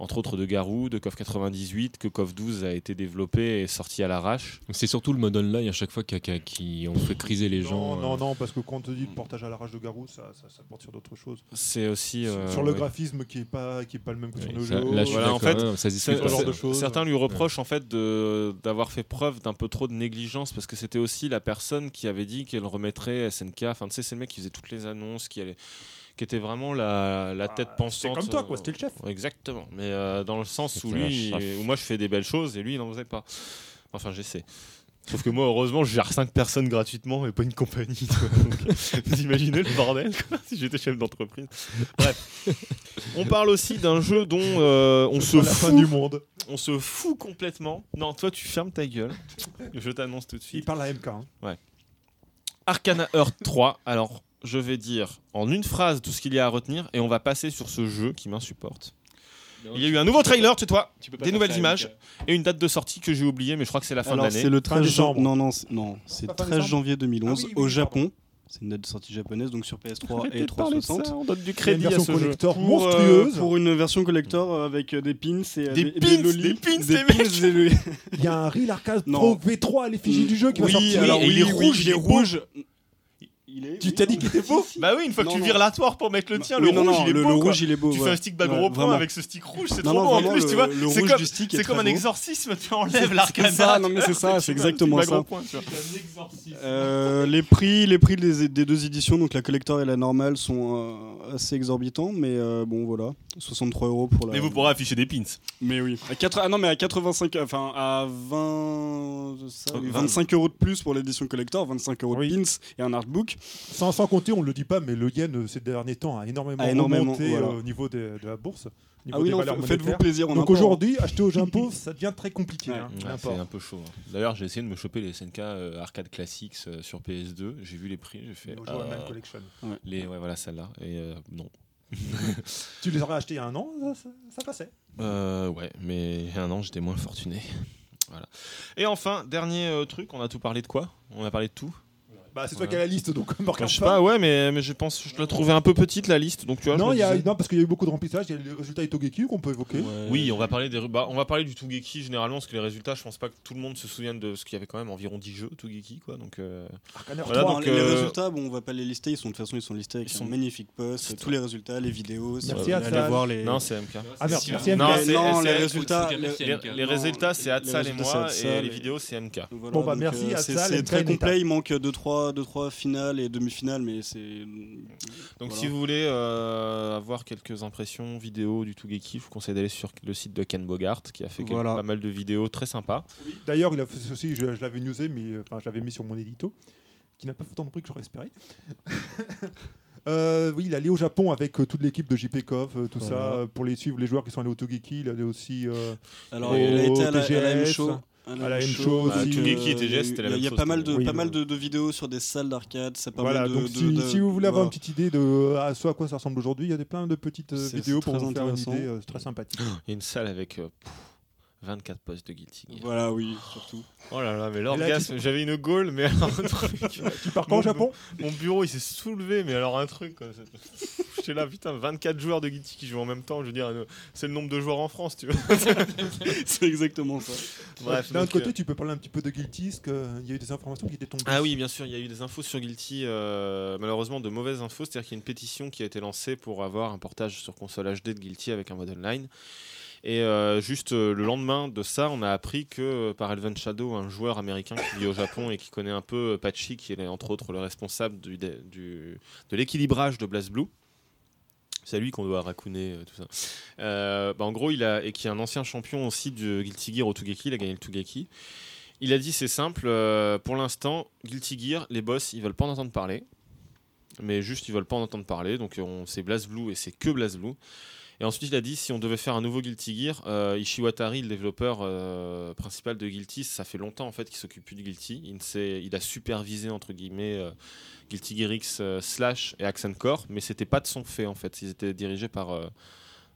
S1: entre autres de Garou, de KOF 98, que KOF 12 a été développé et sorti à l'arrache.
S5: C'est surtout le mode online à chaque fois qui, qui- qui ont fait criser les gens. euh,
S2: Non,
S1: euh,
S2: non, non, parce que quand on te dit le portage à l'arrache de Garou, ça, ça, ça porte sur d'autres choses.
S1: C'est aussi euh,
S2: sur le
S1: ouais.
S2: graphisme qui est pas, qui est pas le même que sur
S5: Ouais,
S2: nos
S5: ça-
S2: jeux.
S5: là, je suis
S1: Voilà, en
S5: d'accord,
S1: fait,
S5: hein, ça se
S1: C'est-
S5: discute
S2: ce
S5: pas.
S2: genre
S1: c'est-
S2: de choses.
S1: Certains lui reprochent en fait de- d'avoir fait preuve d'un peu trop de négligence parce que c'était aussi la personne qui avait dit qu'elle remettrait SNK. Enfin, tu sais, c'est le mec qui faisait toutes les annonces, qui, allait- qui était vraiment la, la
S2: Ah,
S1: tête
S2: c'est
S1: pensante. euh,
S2: comme toi, quoi, c'était le chef.
S1: Exactement. Mais euh, dans le sens où
S5: C'était un
S1: lui,
S5: chef.
S1: où moi je fais des belles choses et lui il n'en faisait pas. Enfin, j'essaie. Sauf que moi, heureusement, je gère 5 personnes gratuitement et pas une compagnie. tu vois. Donc, vous imaginez le bordel quoi, si j'étais chef d'entreprise. Bref. On parle aussi d'un jeu dont euh, on se
S2: Sur la fin
S1: fout
S2: du monde.
S1: on se fout complètement. Non, toi, tu fermes ta gueule. Je t'annonce tout de
S2: Il
S1: suite.
S2: parle à MK. hein.
S1: Arcana Earth 3. Alors, je vais dire en une phrase tout ce qu'il y a à retenir et on va passer sur ce jeu qui m'insupporte. Il y a eu un nouveau trailer, tu toi,
S3: Tu peux
S1: des
S3: faire
S1: nouvelles
S3: ça avec,
S1: images.
S3: euh,
S1: et une date de sortie que j'ai oubliée, mais je crois que c'est la fin
S6: Alors,
S1: de l'année.
S6: c'est le
S2: Fin
S6: 13
S2: décembre.
S6: janvier. Non, non, c'est- non, c'est
S2: Pas fin
S6: 13
S2: décembre
S6: janvier 2011
S2: Ah oui, oui,
S6: au
S2: oui,
S6: Japon. C'est une date de sortie japonaise, donc sur PS3 et 360.
S1: on donne du
S2: Il y a une
S1: crédit à
S2: version
S1: ce jeu.
S2: collector
S6: Pour, euh,
S2: monstrueuse.
S6: pour une version collector euh, avec euh, des pins et euh,
S1: Des pins,
S6: lolis,
S1: des pins, les mecs.
S6: et le-
S2: Il y a un reel arcade
S6: Non.
S2: Pro V3 à l'effigie du jeu qui va
S6: oui,
S2: sortir.
S6: alors
S1: et
S6: oui,
S1: il est
S6: oui,
S1: rouge,
S6: il
S1: il
S6: est
S1: est
S6: rouge. Il est,
S2: Tu
S6: oui,
S2: t'as dit
S6: non.
S2: qu'il était faux
S6: Si, si.
S1: Bah oui, une fois que
S6: Non,
S1: tu
S6: non.
S1: vires la toile pour mettre le tien,
S6: Oui,
S1: le
S6: non,
S1: rouge,
S6: non,
S1: il est
S6: le,
S1: beau.
S6: le
S1: quoi.
S6: rouge, il est beau.
S1: tu fais
S6: ouais.
S1: un stick back
S6: Ouais,
S1: gros point
S6: vraiment.
S1: avec ce stick rouge, c'est trop
S6: Non, non,
S1: beau en
S6: vraiment,
S1: plus,
S6: le-
S1: tu vois.
S6: le
S1: C'est
S6: rouge
S1: comme,
S6: du stick
S1: c'est
S6: est
S1: comme
S6: très
S1: un
S6: beau.
S1: exorcisme, tu enlèves
S6: C'est
S1: l'arcade.
S6: ça, non mais c'est ça, c'est exactement ça. Euh, les prix, les prix des, des deux éditions, donc la collector et la normale, sont euh, assez exorbitants, mais euh, bon voilà, 63 euros pour la.
S1: Mais vous pourrez afficher des pins.
S6: Mais oui. À 4 ah non, mais à 85, enfin à 20, ça,
S1: Oh,
S6: oui,
S1: 20.
S6: 25 euros de plus pour l'édition collector, 25 euros
S2: Oui.
S6: de pins et un artbook.
S2: Sans, sans compter, on ne le dit pas, mais le yen euh, ces derniers temps a énormément,
S6: A énormément,
S2: remonté
S6: voilà.
S2: euh, au niveau des- de la bourse. au niveau
S6: Ah oui,
S2: des
S6: non,
S2: valeurs
S6: fa- faites-vous
S2: monétaires.
S6: plaisir. on
S2: Donc
S6: importe.
S2: aujourd'hui, acheter au Jimpo, ça devient très compliqué.
S6: Ouais.
S2: hein,
S1: Ouais, c'est
S2: n'importe.
S1: un peu chaud. hein. D'ailleurs, j'ai essayé de me choper les SNK euh, Arcade Classics euh, sur PS2. J'ai vu les prix, j'ai fait.
S2: Mojo
S1: euh,
S2: Online Collection.
S1: les, ouais, voilà, celle-là. Et euh, non.
S2: Tu les aurais achetés il y a un an, ça, ça- ça passait.
S1: Euh, ouais, mais il y a un an, j'étais moins fortuné. voilà. Et enfin, dernier euh, truc, on a tout parlé de quoi On a parlé de tout
S2: Bah, c'est toi
S1: Ouais.
S2: qui as la liste, donc me regarde
S1: Je sais pas, ouais, mais, mais je pense je la trouvais un peu petite la liste. Donc, tu vois,
S2: Non,
S1: je me
S2: il y a,
S1: disais-
S2: non, parce qu'il y a eu beaucoup de remplissage. Il y a les résultats Itogeki qu'on peut évoquer.
S1: Oui, on va parler des bah, on va parler du Tougeki généralement parce que les résultats, je pense pas que tout le monde se souvienne de ce qu'il y avait quand même environ 10 jeux Tougeki quoi. Donc euh,
S2: Arcaner
S1: Voilà,
S6: Bon,
S1: donc,
S6: les, les
S1: euh,
S6: résultats, bon, on va pas les lister, ils sont de toute façon ils sont listés avec
S1: Ils
S6: un
S1: sont-
S6: magnifique post, tous les résultats, les vidéos. ça,
S2: Merci
S6: vous
S2: à
S6: allez
S2: Sal.
S6: voir les.
S1: non, c'est MK.
S2: Ah merde,
S3: c'est-
S2: merci MK.
S1: Non,
S6: Mais
S1: c'est-
S6: non,
S1: c'est-
S6: les résultats. les-
S1: Les, les
S6: Non,
S1: résultats, c'est
S6: les
S1: Atsal et
S6: résultats,
S1: moi
S6: c'est
S1: et
S6: Hatsal
S1: les
S6: et-
S1: vidéos, c'est MK.
S6: Voilà,
S2: Bon, bah,
S6: donc,
S2: merci à
S6: euh, c'est-
S2: Sal et
S6: C'est très
S2: Train et
S6: complet, il manque 2-3 trois, deux, trois finales et demi-finales, mais c'est.
S1: Donc
S6: Voilà.
S1: si vous voulez euh, avoir quelques impressions vidéo du Tougeki, je vous conseille d'aller sur le site de Ken Bogart qui a fait quelques-
S6: Voilà.
S1: pas mal de vidéos très sympas.
S2: D'ailleurs, il a fait ceci, je, je l'avais newsé, mais euh, enfin, je l'avais mis sur mon édito, qui n'a pas fait autant de bruit que j'aurais espéré. Euh, oui, il est allé au Japon avec euh, toute l'équipe de JPKOF, euh, tout ça,
S1: Voilà.
S2: euh, pour les suivre, les joueurs qui sont allés au Togeki. Il allait aussi. euh,
S6: Alors,
S2: Au
S6: il a été à la, à la M
S2: TGS,
S6: Show.
S2: à la M Show
S6: avec,
S2: aussi.
S6: euh,
S1: Tugeki et TGS,
S6: il y a eu-
S1: c'était la
S6: Il y
S1: même
S6: a
S1: chose,
S6: pas mal de,
S2: oui,
S6: pas mal
S2: voilà.
S6: de, de vidéos sur des salles d'arcade. Ça permet
S2: voilà,
S6: de-
S2: donc
S6: de-
S2: si,
S6: de-
S2: si vous voulez avoir
S6: voilà.
S2: une petite idée de euh, à ce à quoi ça ressemble aujourd'hui, il y a des, plein de petites euh,
S6: C'est-
S2: vidéos
S6: c'est
S2: pour
S6: très
S2: vous faire une
S6: intéressant.
S2: idée, euh, c'est très sympathique.
S1: Il y a une salle avec euh, pff, 24 postes de guilty.
S6: Voilà, oui, surtout.
S1: Oh là là, mais
S2: l'orgasme,
S1: l'orgasme, j'avais une gaule, mais alors un truc.
S2: tu pars quand au
S1: Mon-
S2: Japon
S1: Mon bureau il s'est soulevé, mais alors un truc. quoi. C'est- J'étais là, putain, 24 joueurs de guilty qui jouent en même temps. Je veux dire, euh, c'est le nombre de joueurs en France, tu vois.
S6: C'est exactement ça.
S1: Bref,
S2: D'un
S1: donc,
S2: autre côté,
S1: euh,
S2: tu peux parler un petit peu de Guilty, parce qu'il y a eu des informations qui étaient tombées.
S1: Ah oui, bien sûr, il y a eu des infos sur Guilty, euh, malheureusement de mauvaises infos, c'est-à-dire qu'il y a une pétition qui a été lancée pour avoir un portage sur console HD de Guilty avec un mode online. Et euh, juste euh, le lendemain de ça, on a appris que euh, par Elven Shadow, un joueur américain qui vit au Japon et qui connaît un peu euh, Patchy, qui est entre autres le responsable du, dé- du- de l'équilibrage de BlazBlue, c'est à lui qu'on doit racouner euh, tout ça. Euh, bah, en gros, il a et qui est un ancien champion aussi du Guilty Gear au Tugeki, il a gagné le Tugeki. Il a dit c'est simple, euh, pour l'instant, Guilty Gear, les boss, ils veulent pas en entendre parler. Mais juste, ils veulent pas en entendre parler. Donc euh, on, c'est BlazBlue et c'est que BlazBlue. Et ensuite, il a dit si on devait faire un nouveau Guilty Gear, euh, Ishiwatari, le développeur euh, principal de Guilty, ça fait longtemps en fait qu'il s'occupe plus de Guilty. Il, ne s'est- il a supervisé entre guillemets euh, Guilty Gear X euh, slash et Accent Core, mais c'était pas de son fait en fait. Ils étaient dirigés par euh,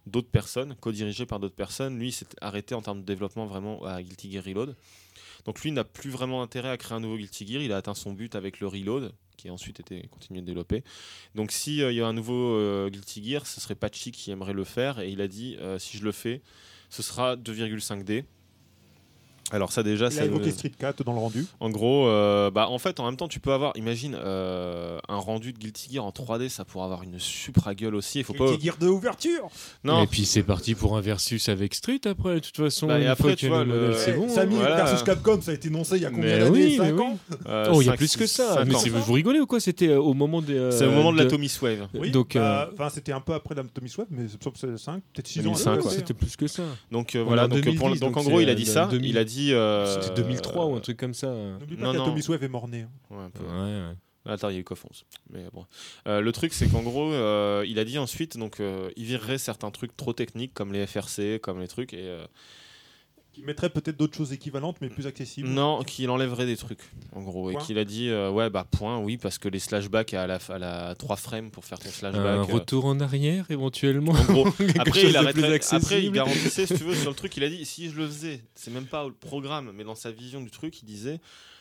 S1: d'autres personnes, co-dirigés par d'autres personnes. Lui, il s'est arrêté en termes de développement vraiment à Guilty Gear Reload. Donc lui n'a plus vraiment intérêt à créer un nouveau Guilty Gear. Il a atteint son but avec le Reload, qui a ensuite été continué de développer. Donc si euh, il y a un nouveau euh, Guilty Gear, ce serait Patchy qui aimerait le faire. Et il a dit euh, si je le fais, ce sera 2,5D. Alors ça déjà,
S2: Il
S1: ça euh,
S2: a évoqué
S1: nous-
S2: Street Cat dans le rendu.
S1: en gros, euh, bah, en fait, en même temps, tu peux avoir, imagine, euh, un rendu de Guilty Gear en 3D, ça pourrait avoir une supra gueule aussi. Il faut pas.
S2: Guilty Gear de ouverture
S1: Non,
S5: Et puis c'est parti pour un versus avec Street après, de toute façon.
S1: Bah, et
S5: une
S1: après,
S5: fois
S1: tu
S5: qu'il y a
S1: vois,
S5: le
S1: le-
S5: modèle, c'est
S1: Eh,
S5: bon. hein.
S2: Samy
S1: voilà.
S2: versus Capcom, ça a été énoncé il y a combien
S1: Mais
S2: d'années
S5: oui,
S2: Cinq
S5: mais oui.
S2: ans
S1: euh,
S5: Oh, il y a
S1: cinq,
S5: plus que
S1: six,
S5: ça.
S1: cinq
S5: Mais
S1: ans.
S5: c'est- vous rigolez ou quoi C'était euh, au moment des. euh,
S1: C'est au moment de
S5: de-
S1: la Tommy Wave.
S5: Oui,
S3: euh,
S5: donc, euh,
S2: bah, enfin, c'était un peu après la Tommy Swap, mais c'est 5, peut-être 6 ans.
S1: 2005,
S2: après,
S1: ouais.
S2: hein.
S5: C'était plus que ça.
S1: Donc euh,
S5: On est
S1: voilà,
S5: en
S1: donc, euh, pour le-
S5: 2010,
S1: donc, en
S5: donc
S1: gros,
S5: c'est,
S1: il a dit
S5: euh,
S1: ça.
S5: 2000.
S1: Il a dit. euh,
S5: C'était 2003 ou un truc comme ça. hein.
S2: N'oublie
S1: Non,
S2: pas que la
S1: non.
S2: Tommy Swap est hein. mort-née.
S1: ouais, un peu.
S5: Ouais, ouais.
S1: Ah, Attends, il y a eu Coffons. Mais bon. Euh, le truc, c'est qu'en gros, euh, il a dit ensuite, donc, euh, il virerait certains trucs trop techniques, comme les FRC, comme les trucs, et euh,
S2: Qui mettrait peut-être d'autres choses équivalentes, mais plus accessibles.
S1: Non, qu'il enlèverait des trucs, en gros.
S2: Point.
S1: Et qu'il a dit, euh, ouais, bah point, oui, parce que les slashbacks à la, à la 3 frames pour faire ton
S5: Un
S1: slashback. euh,
S5: retour en arrière éventuellement.
S1: en gros, après,
S5: chose
S1: il
S5: de
S1: arrêterait-
S5: plus accessible.
S1: après, il garantissait, si tu veux, sur le truc, il a dit, si je le faisais, c'est même pas au programme, mais dans sa vision du truc, il disait,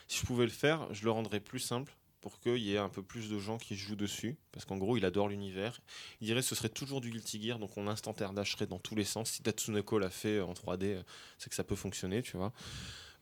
S1: si je pouvais le faire, je le rendrais plus simple pour qu'il y ait un peu plus de gens qui jouent dessus, parce qu'en gros, il adore l'univers. Il dirait, ce serait toujours du Guilty Gear, donc on instantaneerait dans tous les sens. Si Tatsunoko l'a fait euh, en 3D, euh, c'est que ça peut fonctionner, tu vois.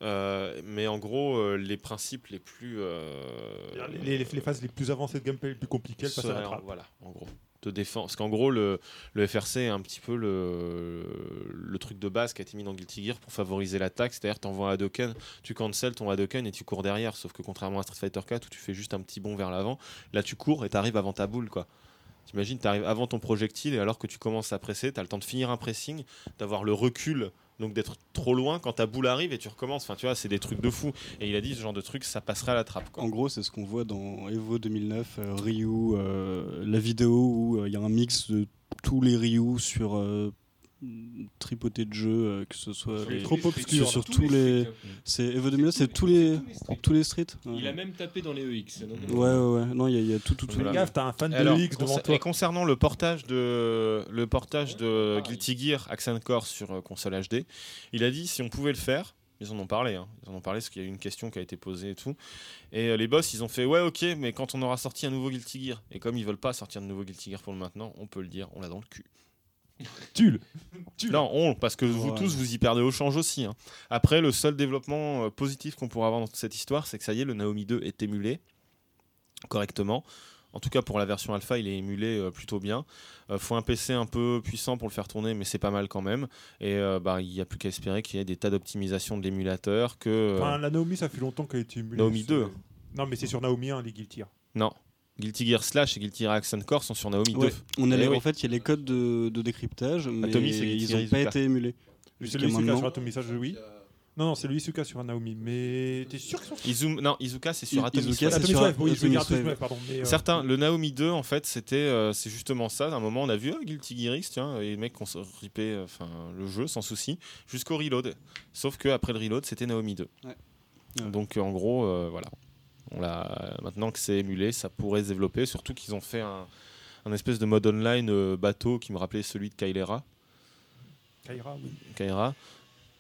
S1: Euh, mais en gros, euh, les principes les plus... euh,
S2: Les, les- les phases les plus avancées de gameplay, les plus compliquées, elles passent à la
S1: serait en-
S2: trappe.
S1: Voilà, en gros. De défense. Parce qu'en gros, le, le FRC est un petit peu le, le truc de base qui a été mis dans Guilty Gear pour favoriser l'attaque. C'est-à-dire, tu envoies un Hadoken, tu cancels ton Hadoken et tu cours derrière. Sauf que contrairement à Street Fighter 4 où tu fais juste un petit bond vers l'avant, là tu cours et tu arrives avant ta boule. quoi. T'imagines, tu arrives avant ton projectile et alors que tu commences à presser, tu as le temps de finir un pressing, d'avoir le recul. Donc d'être trop loin quand ta boule arrive et tu recommences. Enfin, tu vois, c'est des trucs de fou. Et il a dit ce genre de truc, ça passerait à la trappe. Quoi.
S6: En gros, c'est ce qu'on voit dans Evo 2009, euh, Ryu, euh, la vidéo où euh, il y a un mix de tous les Ryu sur euh, une tripotée de jeux, euh, que ce soit. les-
S2: trop obscur.
S6: sur tous les- C'est Evo 2009, c'est tous les tous les streets. Ouais.
S3: Il a même tapé dans les EX. non,
S6: Ouais,
S3: non.
S6: ouais, ouais. Non, il y, a- il y a tout, tout, tout.
S1: Voilà.
S2: Fais gaffe, t'as un fan
S1: Alors,
S2: de X devant
S1: concer-
S2: toi.
S1: Et concernant le portage de le portage de
S3: Ah,
S1: Guilty Gear Accent Core sur euh, console HD, il a dit si on pouvait le faire. Ils en ont parlé, hein. ils en ont parlé parce qu'il y a eu une question qui a été posée et tout. Et euh, les boss, ils ont fait ouais, ok, mais quand on aura sorti un nouveau Guilty Gear, et comme ils veulent pas sortir de nouveau Guilty Gear pour le maintenant, on peut le dire, on l'a dans le cul.
S2: Tu le-
S1: Non, on, parce que vous
S6: Ouais.
S1: tous, vous y perdez au change aussi. hein. Après, le seul développement euh, positif qu'on pourra avoir dans toute cette histoire, c'est que ça y est, le Naomi 2 est émulé correctement. En tout cas, pour la version alpha, il est émulé euh, plutôt bien. Euh, faut un PC un peu puissant pour le faire tourner, mais c'est pas mal quand même. Et euh, bah, il n'y a plus qu'à espérer qu'il y ait des tas d'optimisations de l'émulateur. Que, euh,
S2: Enfin, la Naomi, ça fait longtemps qu'elle a été émulée.
S1: Naomi
S2: C'est-
S1: 2.
S2: Non, mais c'est sur Naomi 1, les Guilty. hein.
S1: Non. Guilty Gear Slash et Guilty Gear Accent Core sont sur Naomi 2.
S6: Ouais, on a
S1: Eh
S6: les-
S1: oui.
S6: En fait, il y a les codes de, de décryptage, mais
S1: Atomy, c'est Guilty
S6: ils n'ont
S1: Gear
S6: pas
S1: Isoka.
S6: été émulés.
S2: C'est
S6: Jusqu'à
S2: lui Isuka sur
S6: maintenant.
S2: Atomy, ça je oui. Non, non, c'est lui Isuka sur Naomi. Mais t'es sûr que c'est
S1: Izum- non, Izuka, c'est sur
S6: I-
S1: Atomic Sword.
S6: Izuka, c'est
S2: Atomy
S6: sur
S2: Swift, oui, je vais
S6: Atomy
S2: dire Atomy
S6: Swift.
S2: Swift, pardon. mais, euh,
S1: Certains, le Naomi 2, en fait, c'était euh, c'est justement ça. À un moment, on a vu ah, Guilty Gear X, tiens, et les mecs qui ont ripé euh, enfin, le jeu sans souci, jusqu'au reload. Sauf que après le reload, c'était Naomi 2.
S6: Ouais. Ouais.
S1: Donc, euh, en gros, euh, voilà. On l'a- maintenant que c'est émulé, ça pourrait se développer. Surtout qu'ils ont fait un, un espèce de mode online euh, bateau qui me rappelait celui de Kailera.
S2: euh, Kaira, oui.
S1: Kaira.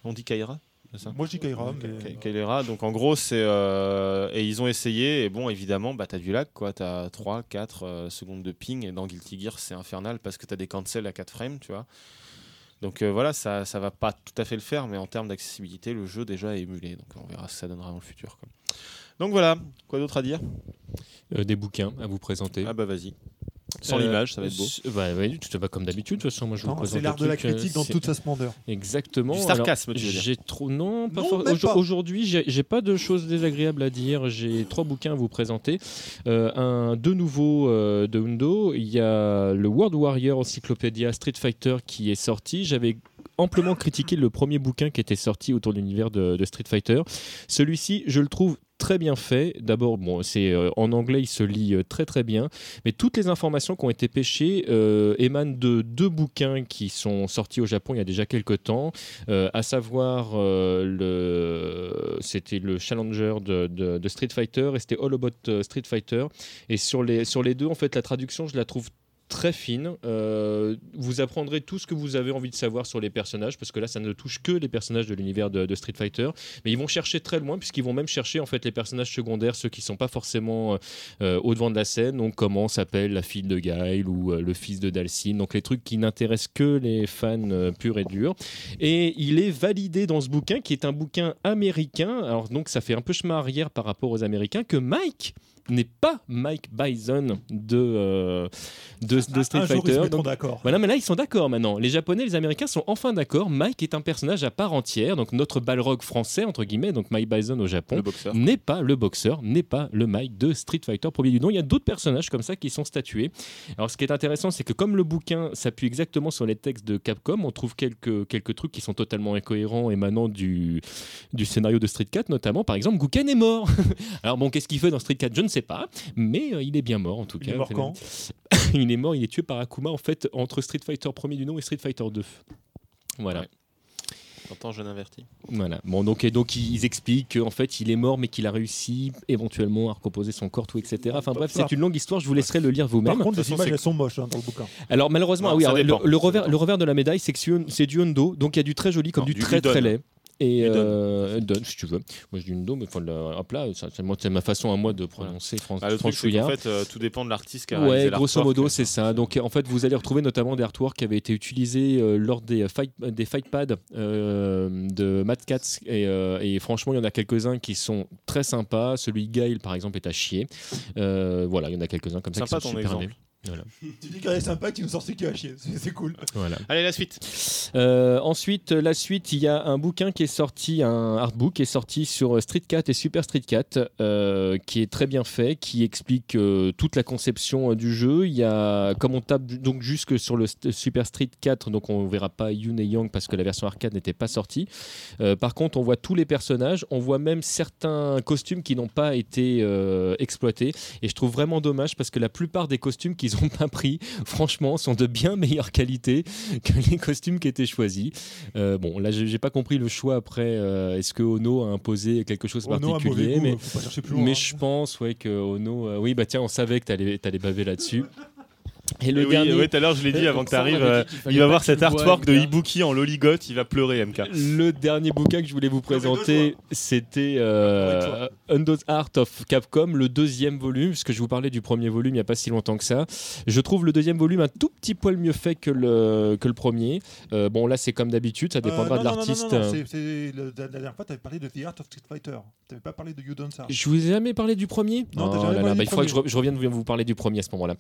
S1: On dit Kaira c'est ça
S2: Moi je dis Kaira, mais.
S1: Ka- Kailera. Donc en gros, c'est. euh, et ils ont essayé, et bon, évidemment, bah, t'as du lag, quoi. T'as 3, 4 euh, secondes de ping, et dans Guilty Gear, c'est infernal parce que t'as des cancels à 4 frames, tu vois. Donc euh, voilà, ça, ça va pas tout à fait le faire, mais en termes d'accessibilité, le jeu déjà est émulé. Donc on verra ce que ça donnera dans le futur. quoi. Donc voilà, quoi d'autre à dire
S3: Euh, des bouquins à vous présenter.
S1: Ah bah vas-y. Sans
S3: Euh,
S1: l'image, ça va être beau.
S3: s- Bah, ouais, tout à fait comme d'habitude. De toute façon, moi, je vous
S2: Non,
S3: présente
S2: C'est l'art
S3: le
S2: de la
S3: truc, euh,
S2: critique dans
S3: c'est-
S2: toute sa splendeur.
S3: Exactement.
S1: Du
S3: Alors,
S1: sarcasme, tu veux dire.
S3: J'ai trop. Non, pas
S2: Non,
S3: for-
S2: même
S3: aujo-
S2: pas.
S3: Aujourd'hui, j'ai j'ai pas de choses désagréables à dire. J'ai trois bouquins à vous présenter. Euh, un de nouveau euh, de Hundo. Il y a le World Warrior Encyclopédia Street Fighter qui est sorti. J'avais amplement critiqué le premier bouquin qui était sorti autour de l'univers de, de Street Fighter. Celui-ci, je le trouve très bien fait. D'abord, bon, c'est euh, en anglais, il se lit euh, très très bien. Mais toutes les informations qui ont été pêchées euh, émanent de deux bouquins qui sont sortis au Japon il y a déjà quelques temps, euh, à savoir euh, le c'était le Challenger de, de- de Street Fighter et c'était All About euh, Street Fighter. Et sur les sur les deux, en fait, la traduction, je la trouve très fine. Euh, vous apprendrez tout ce que vous avez envie de savoir sur les personnages, parce que là, ça ne touche que les personnages de l'univers de, de Street Fighter. Mais ils vont chercher très loin, puisqu'ils vont même chercher en fait les personnages secondaires, ceux qui sont pas forcément euh, euh, au devant de la scène, donc comment s'appelle la fille de Gail ou euh, le fils de Dalcine, donc les trucs qui n'intéressent que les fans euh, purs et durs. Et il est validé dans ce bouquin qui est un bouquin américain, alors donc ça fait un peu chemin arrière par rapport aux Américains, que Mike n'est pas Mike Bison de, euh, de, de Street
S2: Un jour, ils se
S3: Fighter.
S2: mettront
S3: Donc,
S2: d'accord.
S3: voilà, mais là, ils sont d'accord maintenant. Les Japonais et les Américains sont enfin d'accord. Mike est un personnage à part entière, donc notre balrog français, entre guillemets, donc Mike Bison au Japon
S1: Le boxeur.
S3: n'est pas le boxeur, n'est pas le Mike de Street Fighter premier du nom. Il y a d'autres personnages comme ça qui sont statués. Alors ce qui est intéressant, c'est que comme le bouquin s'appuie exactement sur les textes de Capcom, on trouve quelques, quelques trucs qui sont totalement incohérents émanant du, du scénario de Street 4 notamment. Par exemple, Gouken est mort. Alors bon, qu'est-ce qu'il fait dans Street 4 Je ne sais pas, mais euh, il est bien mort en tout
S2: Il
S3: cas.
S2: est mort quand
S3: Il est mort, il est tué par Akuma en fait entre Street Fighter premier du nom et Street Fighter 2. Voilà.
S1: Ouais. T'entends, jeune averti
S3: Voilà. Bon, donc, et donc ils expliquent qu'en fait, il est mort, mais qu'il a réussi éventuellement à recomposer son corps, tout, etc. Enfin bref, c'est une longue histoire, je vous laisserai le lire
S2: Par
S3: vous-même.
S2: contre, les
S1: façon,
S2: images
S1: c'est-
S2: elles sont moches hein, dans le bouquin.
S3: Alors malheureusement,
S1: Non,
S3: ah oui,
S1: ça
S3: alors, le,
S1: dépend,
S3: le
S1: ça
S3: revers,
S1: dépend.
S3: le revers de la médaille, c'est que c'est- c'est du Hondo, donc il y a du très joli comme
S1: Non,
S3: du,
S1: du
S3: très
S1: Udon.
S3: très laid. Et
S1: Udon.
S3: euh, Udon, si tu veux. Moi je dis Hondo, mais enfin, le- hop là, ça- c'est moi- c'est ma façon à moi de prononcer Fran-
S1: Ah, le truc, c'est qu'en
S3: franchouillard.
S1: fait, euh, tout dépend de l'artiste qui a
S3: Ouais,
S1: réalisé
S3: grosso
S1: l'artwork,
S3: modo,
S1: euh,
S3: c'est ça. Donc en fait, vous allez retrouver notamment des artworks qui avaient été utilisés euh, lors des fight, des fight pads euh, de Mad Cats. Et, euh, et franchement, il y en a quelques-uns qui sont très sympas. Celui de Gail, par exemple, est à chier. Euh, voilà, il y en a quelques-uns comme ça
S1: Sympa
S3: qui sont
S1: ton
S3: super
S1: exemple.
S3: nuls.
S2: Tu dis qu'elle est sympa, tu nous sors ce qui a chier. C'est cool.
S3: Voilà.
S1: Allez, la suite.
S3: Euh, ensuite, la suite, il y a un bouquin qui est sorti, un artbook qui est sorti sur euh, Street Cat et Super Street Cat, euh, qui est très bien fait, qui explique euh, toute la conception euh, du jeu. Il y a, comme on tape du- donc jusque sur le st- Super Street 4, donc on verra pas Yun et Yang parce que la version arcade n'était pas sortie. Euh, par contre, on voit tous les personnages, on voit même certains costumes qui n'ont pas été euh, exploités. Et je trouve vraiment dommage parce que la plupart des costumes qu'ils ont pas pris, franchement, sont de bien meilleure qualité que les costumes qui étaient choisis. Euh, bon, là, j'ai j'ai pas compris le choix après. euh, Est-ce que Ono a imposé quelque chose de
S2: Oh non, un
S3: particulier
S2: mauvais
S3: mais-
S2: goût, faut pas chercher plus loin.
S3: mais
S2: hein.
S3: je pense ouais, que Ono. euh, oui, bah tiens, on savait que t'allais allais baver là-dessus. Et
S1: Et
S3: le
S1: oui,
S3: dernier.
S1: ouais, tout à l'heure, je l'ai dit
S7: Euh,
S1: avant que tu
S7: Alexandre
S1: arrives.
S7: avait
S1: euh,
S7: dit qu'il
S1: il
S7: fallait
S1: va
S7: pas
S1: voir
S7: que
S1: cet
S7: tu le vois,
S1: artwork de
S7: MK.
S1: Ibuki en loligote. Il va pleurer, MK.
S3: Le dernier bouquin que je voulais vous présenter, c'était euh, Undo's Art of Capcom, le deuxième volume, puisque je vous parlais du premier volume il n'y a pas si longtemps que ça. Je trouve le deuxième volume un tout petit poil mieux fait que le, que le premier. Euh, bon, là, c'est comme d'habitude, ça dépendra
S2: Euh, non, non,
S3: de
S2: non, non,
S3: l'artiste. hein.
S2: non, c'est- c'est- le- La dernière fois, tu avais parlé de The Art of Street Fighter. Tu n'avais pas parlé de You Don't Sarge.
S3: Je vous ai jamais parlé du premier
S2: Non, t'as jamais
S3: Oh là
S2: parlé
S3: là,
S2: du
S3: bah, Il faudra que je,
S2: premier.
S3: re- je revienne vous- vous parler du premier à ce moment-là.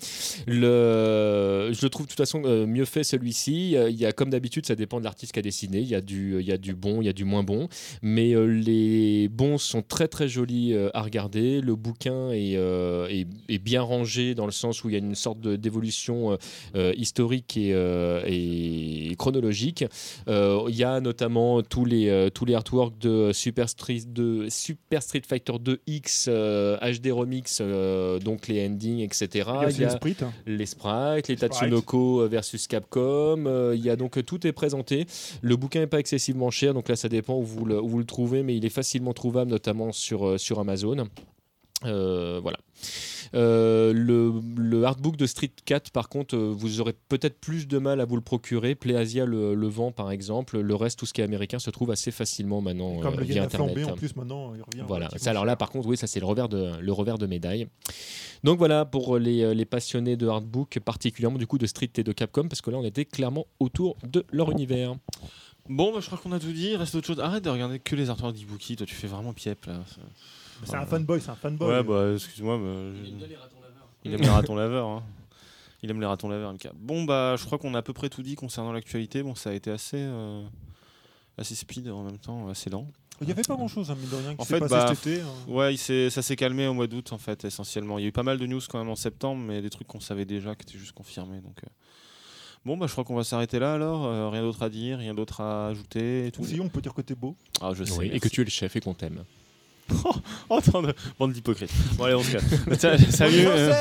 S3: Le, Euh, je le trouve de toute façon euh, mieux fait celui-ci. Euh, Il y a comme d'habitude, ça dépend de l'artiste qui a dessiné. Il y a du, il y a du bon, il y a du moins bon. Mais euh, les bons sont très très jolis euh, à regarder. Le bouquin est, euh, est, est bien rangé dans le sens où il y a une sorte de- d'évolution euh, euh, historique et, euh, et chronologique. Euh, Il y a notamment tous les, euh, tous les artworks de Super Street, de Super Street Fighter 2X, euh, HD Remix, euh, donc les endings, etc.
S2: Il y a aussi
S3: Il y a-
S2: les sprites, hein.
S3: les sprites, les
S2: Sprites.
S3: Tatsunoko euh, versus Capcom. euh, Il y a donc euh, tout est présenté. Le bouquin n'est pas excessivement cher, donc là ça dépend où vous le, où vous le trouvez, mais il est facilement trouvable, notamment sur, euh, sur Amazon. Euh, voilà. Euh, le, le artbook de Street Cat, par contre, euh, vous aurez peut-être plus de mal à vous le procurer. Playasia le, le vend, par exemple. Le reste, tout ce qui est américain, se trouve assez facilement maintenant
S2: Comme
S3: euh,
S2: le
S3: via
S2: Yana
S3: Internet.
S2: flambé en plus maintenant, il revient.
S3: Voilà.
S2: relativement
S3: Ça, alors là, par contre, oui, ça c'est le revers de le revers de médaille. Donc voilà pour les, euh, les passionnés de hardbook, particulièrement du coup de Street et de Capcom, parce que là on était clairement autour de leur univers.
S1: Bon, bah, je crois qu'on a tout dit. Il reste autre chose. Arrête de regarder que les artworks d'Ibuki. Toi, tu fais vraiment piep là.
S2: C'est un fanboy, c'est un fanboy.
S1: Ouais, bah, excuse-moi. mais je- Il aime les ratons laveurs. hein. Il aime les ratons laveurs, Mika. Bon, bah, je crois qu'on a à peu près tout dit concernant l'actualité. Bon, ça a été assez, euh, assez speed en même temps, assez lent.
S2: Il n'y avait pas grand chose, hein, mine de rien, qui
S1: En
S2: s'est
S1: fait,
S2: passé
S1: bah,
S2: cet été. hein.
S1: Ouais, il s'est- ça s'est calmé au mois d'août, en fait, essentiellement. Il y a eu pas mal de news quand même en septembre, mais des trucs qu'on savait déjà qui étaient juste confirmés. Donc, euh. Bon, bah, je crois qu'on va s'arrêter là alors. Euh, rien d'autre à dire, rien d'autre à ajouter et tout.
S2: Si, on peut dire que t'es beau.
S1: Ah, je sais.
S3: Oui, et
S1: merci.
S3: que tu es le chef et qu'on t'aime.
S1: Oh, tant de- bande d'hypocrites. Bon, allez, on se casse. Tiens, Salut. euh,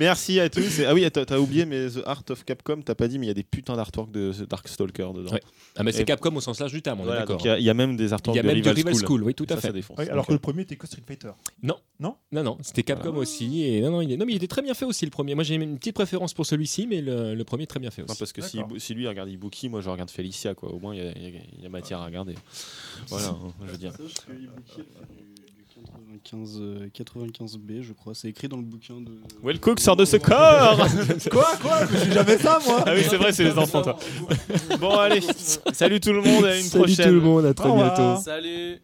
S1: Merci à tous. Et- Ah oui, t'as t'as oublié, mais The Art of Capcom, t'as pas dit, mais il y a des putains d'artworks de The Darkstalker dedans.
S3: Ouais, Ah mais
S1: Et-
S3: c'est Capcom au sens large du terme, on
S1: Voilà,
S3: est
S1: donc
S3: d'accord. hein.
S1: il y a- il y, a même des
S3: Il
S1: artworks
S3: y a
S1: de
S3: même
S1: Rival,
S3: du Rival School. oui, tout à
S1: Ça,
S3: fait.
S1: ça défonce.
S2: Ouais, alors
S1: Donc,
S2: que le premier était que Street Fighter.
S3: Non, non, c'était Capcom aussi. Et non, non, il est- non, mais il était très bien fait aussi le premier. Moi j'ai une petite préférence pour celui-ci, mais le, le premier est très bien fait
S1: Non,
S3: aussi.
S1: parce que si,
S2: D'accord.
S1: si lui regarde Ibuki, moi je regarde Felicia, quoi. Au moins, il y a- il y, a- il y a matière à regarder. Voilà, hein, je veux dire.
S6: Sache que Ibuki a fait Euh, du, du 95, euh, 95B, je crois. C'est écrit dans le bouquin de.
S1: Wellcook sort de ce corps
S2: Quoi, quoi Je suis jamais ça, moi
S1: Ah oui, c'est vrai, c'est les enfants, toi. Bon, allez, salut tout le monde, à une prochaine.
S9: monde, à
S2: Au revoir.
S7: Salut